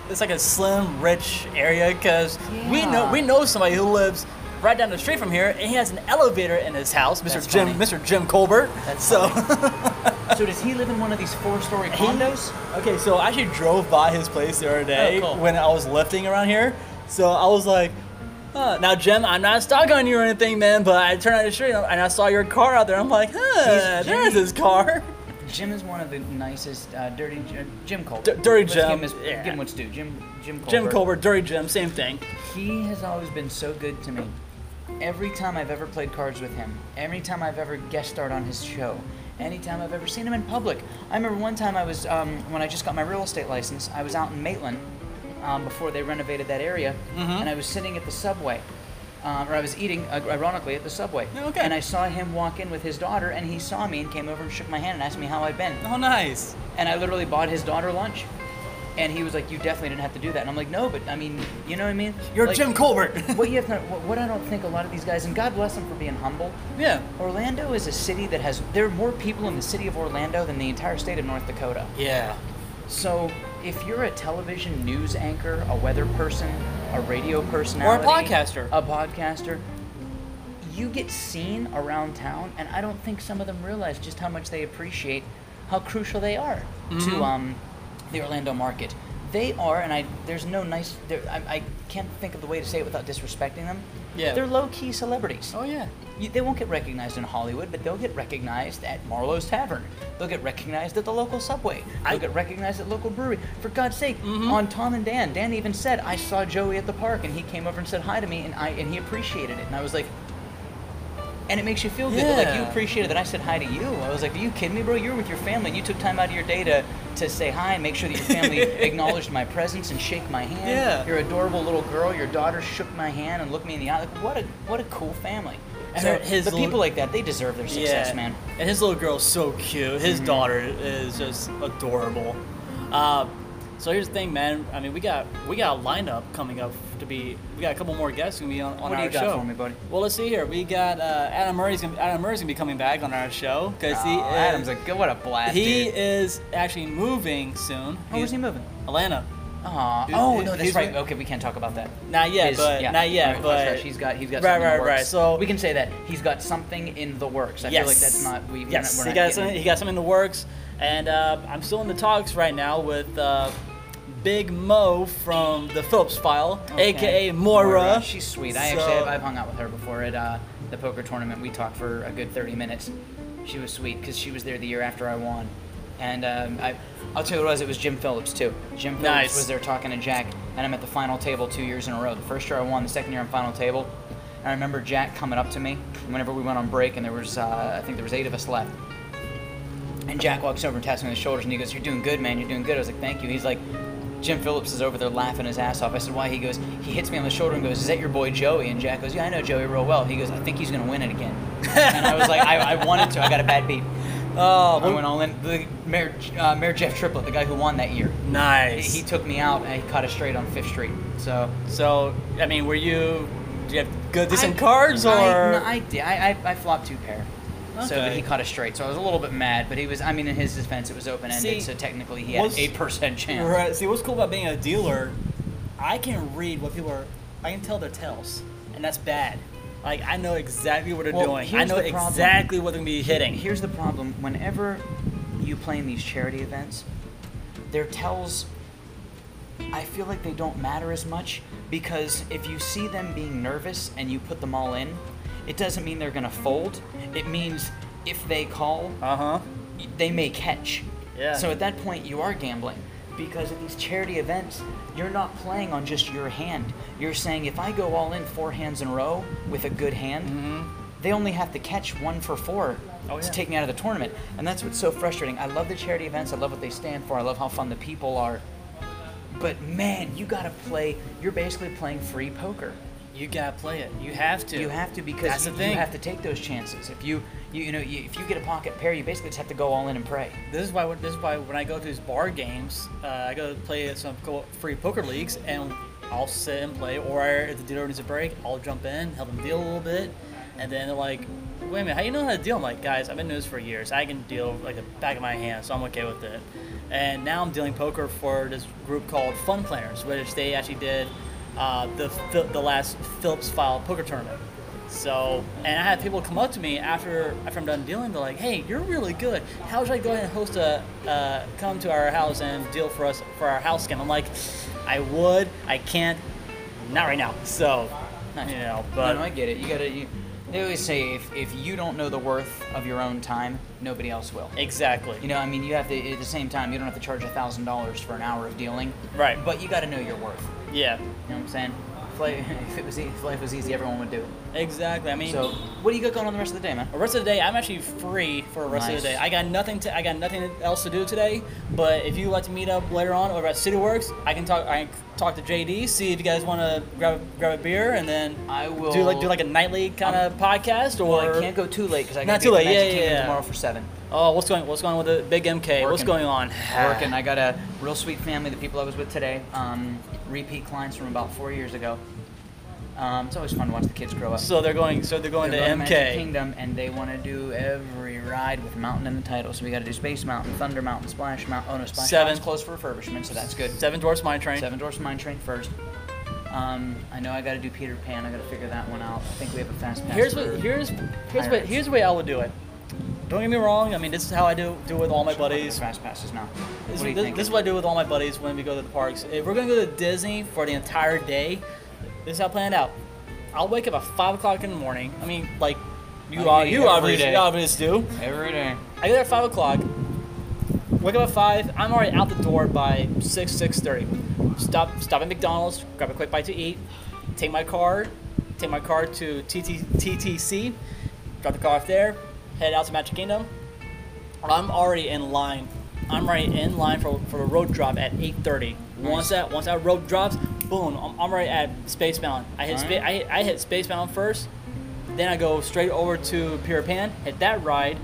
[SPEAKER 8] It's like a slim, rich area because we know
[SPEAKER 7] Yeah.
[SPEAKER 8] we know somebody who lives right down the street from here, and he has an elevator in his house, Mr.
[SPEAKER 7] That's
[SPEAKER 8] Jim,
[SPEAKER 7] funny.
[SPEAKER 8] Mr. Jim Colbert.
[SPEAKER 7] That's
[SPEAKER 8] so.
[SPEAKER 7] So does he live in one of these four story
[SPEAKER 8] He-
[SPEAKER 7] condos?
[SPEAKER 8] Okay, so I actually drove by his place the other day
[SPEAKER 7] Oh, cool.
[SPEAKER 8] when I was lifting around here. So I was like, huh. now Jim, I'm not stuck on you or anything, man, but I turned out the street and I saw your car out there. I'm like, huh,
[SPEAKER 7] He's
[SPEAKER 8] there's
[SPEAKER 7] Jimmy.
[SPEAKER 8] his
[SPEAKER 7] <laughs>
[SPEAKER 8] car.
[SPEAKER 7] Jim is one of the nicest uh, dirty J- Jim Colbert.
[SPEAKER 8] D- dirty
[SPEAKER 7] Let's
[SPEAKER 8] Jim,
[SPEAKER 7] Give him, his,
[SPEAKER 8] yeah.
[SPEAKER 7] give him what's due. Jim Jim Colbert.
[SPEAKER 8] Jim Colbert, Dirty Jim, same thing.
[SPEAKER 7] He has always been so good to me. Every time I've ever played cards with him, every time I've ever guest starred on his show, anytime I've ever seen him in public. I remember one time I was um, when I just got my real estate license. I was out in Maitland um, before they renovated that area,
[SPEAKER 8] Mm-hmm.
[SPEAKER 7] and I was sitting at the subway. Um, or I was eating, uh, ironically, at the subway.
[SPEAKER 8] Okay.
[SPEAKER 7] And I saw him walk in with his daughter, and he saw me and came over and shook my hand and asked me how I'd been
[SPEAKER 8] Oh, nice.
[SPEAKER 7] and I literally bought his daughter lunch. And he was like, "You definitely didn't have to do that." And I'm like, "No, but I mean, you know what I mean?
[SPEAKER 8] You're
[SPEAKER 7] like,
[SPEAKER 8] Jim Colbert.
[SPEAKER 7] what you have to, what, what I don't think a lot of these guys, and God bless them for being humble.
[SPEAKER 8] yeah.
[SPEAKER 7] Orlando is a city that has there are more people in the city of Orlando than the entire state of North Dakota.
[SPEAKER 8] <laughs> Yeah.
[SPEAKER 7] So if you're a television news anchor, a weather person, a radio personality,
[SPEAKER 8] podcaster.
[SPEAKER 7] a podcaster, you get seen around town, and I don't think some of them realize just how much they appreciate how crucial they are
[SPEAKER 8] Mm-hmm.
[SPEAKER 7] to um, the Orlando market. They are, and I there's no nice. there- I, I can't think of the way to say it without disrespecting them.
[SPEAKER 8] Yeah.
[SPEAKER 7] they're low key celebrities.
[SPEAKER 8] Oh, yeah.
[SPEAKER 7] You, they won't get recognized in Hollywood, but they'll get recognized at Marlowe's Tavern. They'll get recognized at the local subway. They'll
[SPEAKER 8] I- Mm-hmm.
[SPEAKER 7] get recognized at local brewery. For God's sake, on Tom and Dan, Dan even said, I saw Joey at the park and he came over and said hi to me and I and he appreciated it. And I was like, and it makes you feel good. that, Like you
[SPEAKER 8] Yeah.
[SPEAKER 7] appreciated that I said hi to you. I was like, Are you kidding me, bro? You were with your family and you took time out of your day to, to say hi and make sure that your
[SPEAKER 8] <laughs>
[SPEAKER 7] family acknowledged my presence and shake my hand.
[SPEAKER 8] Yeah.
[SPEAKER 7] Your adorable little girl, your daughter shook my hand and looked me in the eye. Like, what a what a cool family.
[SPEAKER 8] And
[SPEAKER 7] so,
[SPEAKER 8] her- his
[SPEAKER 7] but
[SPEAKER 8] little-
[SPEAKER 7] people like that, they deserve their success, man.
[SPEAKER 8] And his little girl's so cute.
[SPEAKER 7] Mm-hmm.
[SPEAKER 8] His daughter is just adorable. Uh, so here's the thing, man. I mean, we got we got a lineup coming up to be. We got a couple more guests gonna be on, on
[SPEAKER 7] What do
[SPEAKER 8] our
[SPEAKER 7] you got
[SPEAKER 8] show.
[SPEAKER 7] for me, buddy?
[SPEAKER 8] Well, let's see here. We got uh, Adam Murray's gonna Adam Murray's gonna be coming back on our show because he
[SPEAKER 7] Aw,
[SPEAKER 8] is,
[SPEAKER 7] Oh, Adam's a good. What a blast.
[SPEAKER 8] he
[SPEAKER 7] dude.
[SPEAKER 8] is actually moving soon.
[SPEAKER 7] Oh, where's he moving?
[SPEAKER 8] Atlanta.
[SPEAKER 7] Aw,
[SPEAKER 8] Dude,
[SPEAKER 7] oh
[SPEAKER 8] it-
[SPEAKER 7] no, that's
[SPEAKER 8] he's
[SPEAKER 7] right.
[SPEAKER 8] moving-
[SPEAKER 7] Okay, we can't talk about that.
[SPEAKER 8] Not yet,
[SPEAKER 7] His-
[SPEAKER 8] but
[SPEAKER 7] yeah,
[SPEAKER 8] not yet,
[SPEAKER 7] alright,
[SPEAKER 8] but
[SPEAKER 7] that's right. he's got he's got
[SPEAKER 8] right,
[SPEAKER 7] something in
[SPEAKER 8] right,
[SPEAKER 7] the
[SPEAKER 8] right.
[SPEAKER 7] works.
[SPEAKER 8] So
[SPEAKER 7] we can say that he's got something in the works. I feel like that's not we. we're
[SPEAKER 8] yes,
[SPEAKER 7] not-
[SPEAKER 8] he
[SPEAKER 7] we're not,
[SPEAKER 8] got
[SPEAKER 7] getting-
[SPEAKER 8] something. He got something in the works, and uh, I'm still in the talks right now with uh, Big Mo from the Phillips File,
[SPEAKER 7] Okay.
[SPEAKER 8] aka Moira.
[SPEAKER 7] She's sweet. I
[SPEAKER 8] So-
[SPEAKER 7] actually have, I've hung out with her before at uh, the poker tournament. We talked for a good 30 minutes. She was sweet because she was there the year after I won. And um, I, I'll tell you what it was. It was Jim Phillips too. Jim Phillips
[SPEAKER 8] Nice.
[SPEAKER 7] was there talking to Jack, and I'm at the final table two years in a row. The first year I won, the second year I'm final table. And I remember Jack coming up to me whenever we went on break, and there was uh, I think there was eight of us left. And Jack walks over and taps me on the shoulders and he goes, You're doing good, man. You're doing good. I was like, Thank you. He's like, Jim Phillips is over there laughing his ass off. I said, Why? He goes, He hits me on the shoulder and goes, Is that your boy Joey? And Jack goes, Yeah, I know Joey real well. He goes, I think he's going to win it again. and I was like, I, I wanted to. I got a bad beat.
[SPEAKER 8] <laughs> Oh,
[SPEAKER 7] I went all in. The Mayor, uh, Mayor Jeff Triplett, the guy who won that year, he,
[SPEAKER 8] nice.
[SPEAKER 7] he took me out and he caught us straight on Fifth Street. So
[SPEAKER 8] so, I mean, were you? Do you have good, decent
[SPEAKER 7] I-
[SPEAKER 8] cards, or?
[SPEAKER 7] I, no, I did. I, I, I flopped two pair. So
[SPEAKER 8] Okay.
[SPEAKER 7] but he caught us straight. So I was a little bit mad, but he was. I mean, in his defense, it was open
[SPEAKER 8] See,
[SPEAKER 7] ended, so technically he had
[SPEAKER 8] what's-
[SPEAKER 7] eight percent chance.
[SPEAKER 8] Right. See, what's cool about being a dealer, I can read what people are. I can tell their tells, and that's bad. Like I know exactly what they're
[SPEAKER 7] Well,
[SPEAKER 8] doing. I
[SPEAKER 7] here's
[SPEAKER 8] know
[SPEAKER 7] the problem.
[SPEAKER 8] exactly what they're gonna be hitting.
[SPEAKER 7] Here's the problem: whenever you play in these charity events, their tells. I feel like they don't matter as much because if you see them being nervous and you put them all in, it doesn't mean they're gonna fold. It means if they call,
[SPEAKER 8] Uh huh.
[SPEAKER 7] they may catch.
[SPEAKER 8] Yeah.
[SPEAKER 7] So at that point, you are gambling because at these charity events, you're not playing on just your hand. You're saying if I go all in four hands in a row with a good hand,
[SPEAKER 8] Mm-hmm.
[SPEAKER 7] they only have to catch one for four
[SPEAKER 8] Oh,
[SPEAKER 7] to take me out of the tournament, and that's what's so frustrating. I love the charity events. I love what they stand for. I love how fun the people are. But man, you gotta play. You're basically playing free poker.
[SPEAKER 8] You gotta play it. You have to.
[SPEAKER 7] You have to because
[SPEAKER 8] That's
[SPEAKER 7] you,
[SPEAKER 8] the
[SPEAKER 7] you
[SPEAKER 8] thing.
[SPEAKER 7] have to take those chances. If you you, you know, you, if you get a pocket pair, you basically just have to go all in and pray.
[SPEAKER 8] This is why. This is why when I go to these bar games, uh, I go play some co- free poker leagues, and I'll sit and play. Or if the dealer needs a break, I'll jump in, help them deal a little bit, and then they're like, "Wait a minute, how you know how to deal?" I'm like, "Guys, I've been doing this for years. I can deal like the back of my hand, so I'm okay with it." And now I'm dealing poker for this group called Fun Planners, which they actually did uh, the Phil- the last Phillips File poker tournament. So, and I had people come up to me after after I'm done dealing. They're like, "Hey, you're really good. How should I go ahead and host a uh, come to our house and deal for us for our house game?" I'm like, "I would. I can't. Not right now." So, you know, but
[SPEAKER 7] no, no, I get it. You gotta. You, they always say if, if you don't know the worth of your own time, nobody else will.
[SPEAKER 8] exactly.
[SPEAKER 7] You know, I mean, you have to. At the same time, you don't have to charge a thousand dollars for an hour of dealing,
[SPEAKER 8] Right.
[SPEAKER 7] but you gotta know your worth.
[SPEAKER 8] yeah,
[SPEAKER 7] You know what I'm saying? If life, <laughs> if it was easy, if life was easy, everyone would do it.
[SPEAKER 8] exactly. I mean,
[SPEAKER 7] So, what do you got going on the rest of the day, man?
[SPEAKER 8] the rest of the day, I'm actually free for the rest of
[SPEAKER 7] Nice.
[SPEAKER 8] the day. I got nothing to I got nothing else to do today. But if you like to meet up later on over at CityWorks, I can talk. I can talk to JD, see if you guys want to grab grab a beer, and then
[SPEAKER 7] I will
[SPEAKER 8] do like do like a nightly kind of podcast or
[SPEAKER 7] Um, Well, I can't go too late because I
[SPEAKER 8] Not
[SPEAKER 7] got
[SPEAKER 8] too late, yeah, yeah,
[SPEAKER 7] Kingdom
[SPEAKER 8] yeah.
[SPEAKER 7] tomorrow for seven.
[SPEAKER 8] Oh, what's going what's going on with the big MK? What's
[SPEAKER 7] Working.
[SPEAKER 8] going on?
[SPEAKER 7] Working. I got a real sweet family. The people I was with today, um, repeat clients from about four years ago. Um, it's always fun to watch the kids grow up.
[SPEAKER 8] So they're going so they're going
[SPEAKER 7] They're
[SPEAKER 8] to
[SPEAKER 7] going
[SPEAKER 8] MK.
[SPEAKER 7] Magic Kingdom, and they want to do every ride with Mountain in the title. So we got to do Space Mountain, Thunder Mountain, Splash Mountain. Oh no, Splash
[SPEAKER 8] Seven.
[SPEAKER 7] Mountain's closed for refurbishment, so that's good.
[SPEAKER 8] Seven Dwarfs Mine Train.
[SPEAKER 7] Seven Dwarfs Mine Train first. Um, I know I got to do Peter Pan. I got to figure that one out. I think we have a fast pass.
[SPEAKER 8] Here's
[SPEAKER 7] for-
[SPEAKER 8] what here's here's what
[SPEAKER 7] Pirates.
[SPEAKER 8] here's the way I would do it. Don't get me wrong. I mean, this is how I do do with all my buddies.
[SPEAKER 7] Fast passes now. what
[SPEAKER 8] This,
[SPEAKER 7] do you
[SPEAKER 8] this-
[SPEAKER 7] think?
[SPEAKER 8] this is what I do with all my buddies when we go to the parks. If we're gonna go to Disney for the entire day, this is how I plan it out. I'll wake up at five o'clock in the morning. I mean, like you
[SPEAKER 7] Like
[SPEAKER 8] all
[SPEAKER 7] me,
[SPEAKER 8] you
[SPEAKER 7] every
[SPEAKER 8] obviously
[SPEAKER 7] day.
[SPEAKER 8] you obviously do.
[SPEAKER 7] Every day.
[SPEAKER 8] I get there at five o'clock. Wake up at five. I'm already out the door by six six thirty. Stop stop at McDonald's. Grab a quick bite to eat. Take my car. Take my car to TT, TTC. Drop the car off there. Head out to Magic Kingdom. I'm already in line. I'm already in line for, for a road drop at 8:30. Once that once that road drops, boom! I'm, I'm already at Space Mountain. I hit spa-
[SPEAKER 7] Alright.
[SPEAKER 8] I, hit- I hit Space Mountain first. Then I go straight over to Peter Pan. Hit that ride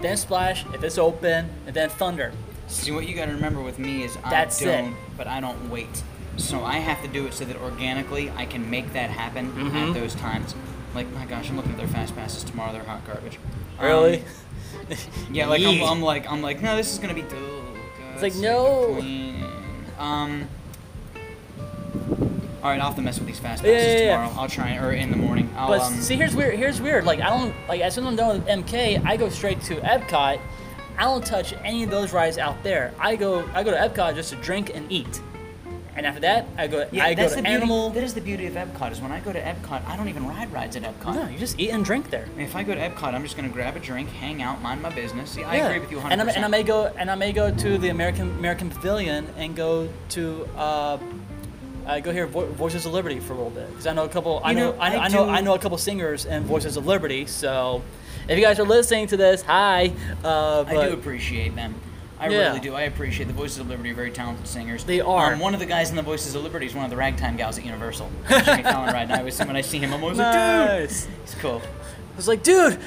[SPEAKER 8] then splash if it's open, and then thunder.
[SPEAKER 7] See, what you got to remember with me is I
[SPEAKER 8] That's it.
[SPEAKER 7] don't, but I don't wait. So I have to do it so that organically I can make that happen
[SPEAKER 8] Mm-hmm.
[SPEAKER 7] at those times. Like, my gosh, I'm looking at their fast passes tomorrow. They're hot garbage. Um,
[SPEAKER 8] Really?
[SPEAKER 7] yeah, like I'm,
[SPEAKER 8] Yeah.
[SPEAKER 7] I'm like I'm like no, this is gonna be dull. It's
[SPEAKER 8] like, no.
[SPEAKER 7] Um. All right, I'll have to mess with these fast passes
[SPEAKER 8] Yeah, yeah, yeah.
[SPEAKER 7] tomorrow. I'll try or in the morning. I'll
[SPEAKER 8] but
[SPEAKER 7] um,
[SPEAKER 8] see, here's weird. Here's weird. Like I don't like as soon as I'm done with MK, I go straight to Epcot. I don't touch any of those rides out there. I go I go to Epcot just to drink and eat, and after that I go
[SPEAKER 7] yeah,
[SPEAKER 8] I go
[SPEAKER 7] that's
[SPEAKER 8] to
[SPEAKER 7] the beauty-
[SPEAKER 8] Animal.
[SPEAKER 7] That is the beauty of Epcot is when I go to Epcot, I don't even ride rides at Epcot.
[SPEAKER 8] No, you just eat and drink there.
[SPEAKER 7] If I go to Epcot, I'm just gonna grab a drink, hang out, mind my business. Yeah, I
[SPEAKER 8] Yeah.
[SPEAKER 7] agree with you 100%.
[SPEAKER 8] And, I, and I may go and I may go to the American American Pavilion and go to. Uh, I go hear Vo- Voices of Liberty for a little bit because I know a couple. I
[SPEAKER 7] You
[SPEAKER 8] know,
[SPEAKER 7] know,
[SPEAKER 8] I,
[SPEAKER 7] I
[SPEAKER 8] I know
[SPEAKER 7] do-
[SPEAKER 8] I know a couple singers and Voices of Liberty. So, if you guys are listening to this, hi. Uh, but,
[SPEAKER 7] I do appreciate them. I
[SPEAKER 8] Yeah.
[SPEAKER 7] really do. I appreciate the Voices of Liberty. are Very talented singers.
[SPEAKER 8] They are.
[SPEAKER 7] Um, one of the guys in the Voices of Liberty is one of the ragtime gals at
[SPEAKER 8] <laughs>
[SPEAKER 7] Universal. Jimmy Fallon ride. And I always when I see him, I'm always like,
[SPEAKER 8] Nice.
[SPEAKER 7] dude, he's cool.
[SPEAKER 8] I was like, dude.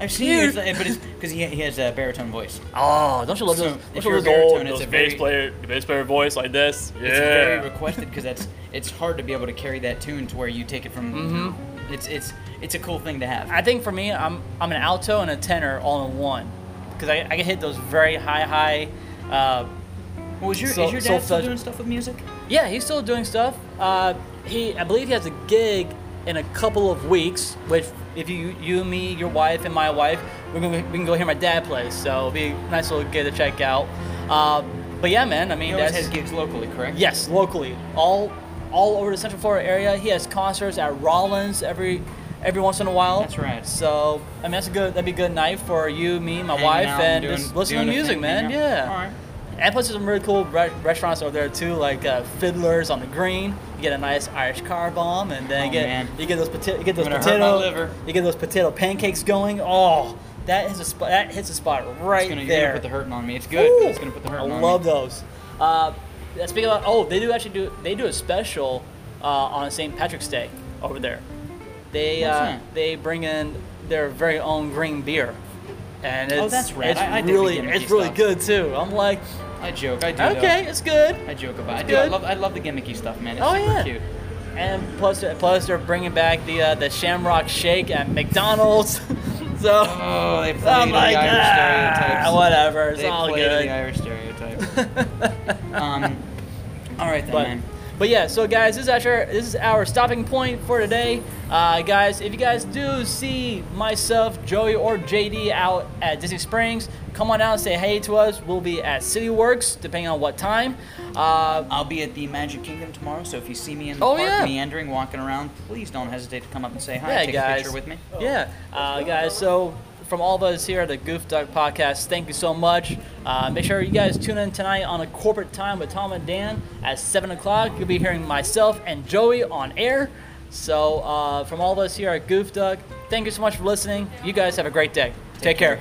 [SPEAKER 7] I've seen him,
[SPEAKER 8] Dude.
[SPEAKER 7] but it's because he, he has a baritone voice.
[SPEAKER 8] Oh, don't you love
[SPEAKER 7] So,
[SPEAKER 8] those?
[SPEAKER 7] if
[SPEAKER 8] Don't you
[SPEAKER 7] you're
[SPEAKER 8] love
[SPEAKER 7] a
[SPEAKER 8] those
[SPEAKER 7] baritone,
[SPEAKER 8] old-
[SPEAKER 7] it's
[SPEAKER 8] those
[SPEAKER 7] a very-
[SPEAKER 8] bass players?
[SPEAKER 10] player, the bass player voice like this. Yeah.
[SPEAKER 7] It's very requested because that's it's hard to be able to carry that tune to where you take it from. It's it's it's a cool thing to have.
[SPEAKER 8] Mm-hmm. I think for me, I'm I'm an alto and a tenor all in one, because I, I can hit those very high high. Uh,
[SPEAKER 7] Well, is your
[SPEAKER 8] So-
[SPEAKER 7] is your
[SPEAKER 8] so
[SPEAKER 7] dad still
[SPEAKER 8] fudge-
[SPEAKER 7] doing stuff with music?
[SPEAKER 8] Yeah, he's still doing stuff. Uh, he, I believe he has a gig in a couple of weeks. Which, if you, you, me, your wife, and my wife, we're gonna, we can go hear my dad play. So it'll be a nice little gig to check out. Uh, but yeah, man, I mean,
[SPEAKER 7] He always
[SPEAKER 8] that's
[SPEAKER 7] has gigs locally, correct?
[SPEAKER 8] yes, locally, all, all over the Central Florida area. He has concerts at Rollins every, every once in a while.
[SPEAKER 7] That's right.
[SPEAKER 8] So I mean, that's a good, that'd be a good night for you, me, my
[SPEAKER 7] Hanging
[SPEAKER 8] wife,
[SPEAKER 7] out
[SPEAKER 8] and
[SPEAKER 7] doing-
[SPEAKER 8] just listen to
[SPEAKER 7] doing a
[SPEAKER 8] music,
[SPEAKER 7] thing,
[SPEAKER 8] man.
[SPEAKER 7] hanging out.
[SPEAKER 8] Yeah.
[SPEAKER 7] All right.
[SPEAKER 8] And plus, there's some really cool re- restaurants over there too, like uh, Fiddlers on the Green. You get a nice Irish car bomb, and then you
[SPEAKER 7] Oh,
[SPEAKER 8] get
[SPEAKER 7] man.
[SPEAKER 8] you get those potato you get those
[SPEAKER 7] I'm gonna hurt
[SPEAKER 8] potato
[SPEAKER 7] my liver.
[SPEAKER 8] you get those potato pancakes going. Oh, that hits a spot. That hits a spot right
[SPEAKER 7] It's gonna, you're
[SPEAKER 8] there.
[SPEAKER 7] gonna put the hurting on me. It's good.
[SPEAKER 8] Ooh,
[SPEAKER 7] but it's gonna put the hurting
[SPEAKER 8] I
[SPEAKER 7] on
[SPEAKER 8] love
[SPEAKER 7] me.
[SPEAKER 8] those. Uh, yeah, speaking about, oh, they do actually do they do a special uh, on St. Patrick's Day over there. They
[SPEAKER 7] What's
[SPEAKER 8] uh,
[SPEAKER 7] that?
[SPEAKER 8] they bring in their very own green beer, and it's
[SPEAKER 7] Oh, that's rad.
[SPEAKER 8] it's
[SPEAKER 7] I- I dig the
[SPEAKER 8] really
[SPEAKER 7] gimmicky
[SPEAKER 8] it's really
[SPEAKER 7] stuff.
[SPEAKER 8] good too. I'm like,
[SPEAKER 7] I joke. I do.
[SPEAKER 8] okay,
[SPEAKER 7] though.
[SPEAKER 8] it's good.
[SPEAKER 7] I joke about. it. I
[SPEAKER 8] It's
[SPEAKER 7] do. I
[SPEAKER 8] good.
[SPEAKER 7] love. I love the gimmicky stuff, man. It's
[SPEAKER 8] Oh,
[SPEAKER 7] super
[SPEAKER 8] yeah.
[SPEAKER 7] cute.
[SPEAKER 8] And plus, plus they're bringing back the uh, the Shamrock Shake at McDonald's. <laughs> so
[SPEAKER 7] Oh, they play
[SPEAKER 8] I'm
[SPEAKER 7] to
[SPEAKER 8] like,
[SPEAKER 7] the Irish
[SPEAKER 8] "Ah,
[SPEAKER 7] stereotypes.
[SPEAKER 8] whatever, it's
[SPEAKER 7] they
[SPEAKER 8] all
[SPEAKER 7] play To
[SPEAKER 8] good.
[SPEAKER 7] the Irish stereotypes. <laughs> um, all right then,
[SPEAKER 8] But,
[SPEAKER 7] man.
[SPEAKER 8] but yeah, so guys, this is our this is our stopping point for today. Uh, guys, if you guys do see myself, Joey, or JD out at Disney Springs, come on out and say hey to us. We'll be at City Works, depending on what time. Uh,
[SPEAKER 7] I'll be at the Magic Kingdom tomorrow, so if you see me in the
[SPEAKER 8] Oh,
[SPEAKER 7] park
[SPEAKER 8] yeah.
[SPEAKER 7] meandering, walking around, please don't hesitate to come up and say hi.
[SPEAKER 8] yeah,
[SPEAKER 7] take
[SPEAKER 8] guys.
[SPEAKER 7] a picture with me.
[SPEAKER 8] Yeah, uh, guys. So from all of us here at the Goof Duck Podcast, thank you so much. Uh, make sure you guys tune in tonight on a corporate time with Tom and Dan at seven o'clock. You'll be hearing myself and Joey on air. So uh, from all of us here at Goof Duck, thank you so much for listening. You guys have a great day. Take, care.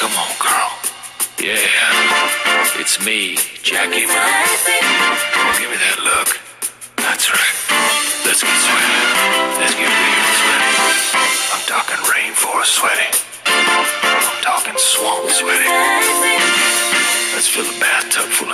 [SPEAKER 11] Come on, girl. Yeah, it's me, Jackie. Ma. Give me that look. That's right. Let's get sweaty. Let's get real sweaty. I'm talking rainforest sweaty. I'm talking swamp sweaty. Let's fill a bathtub full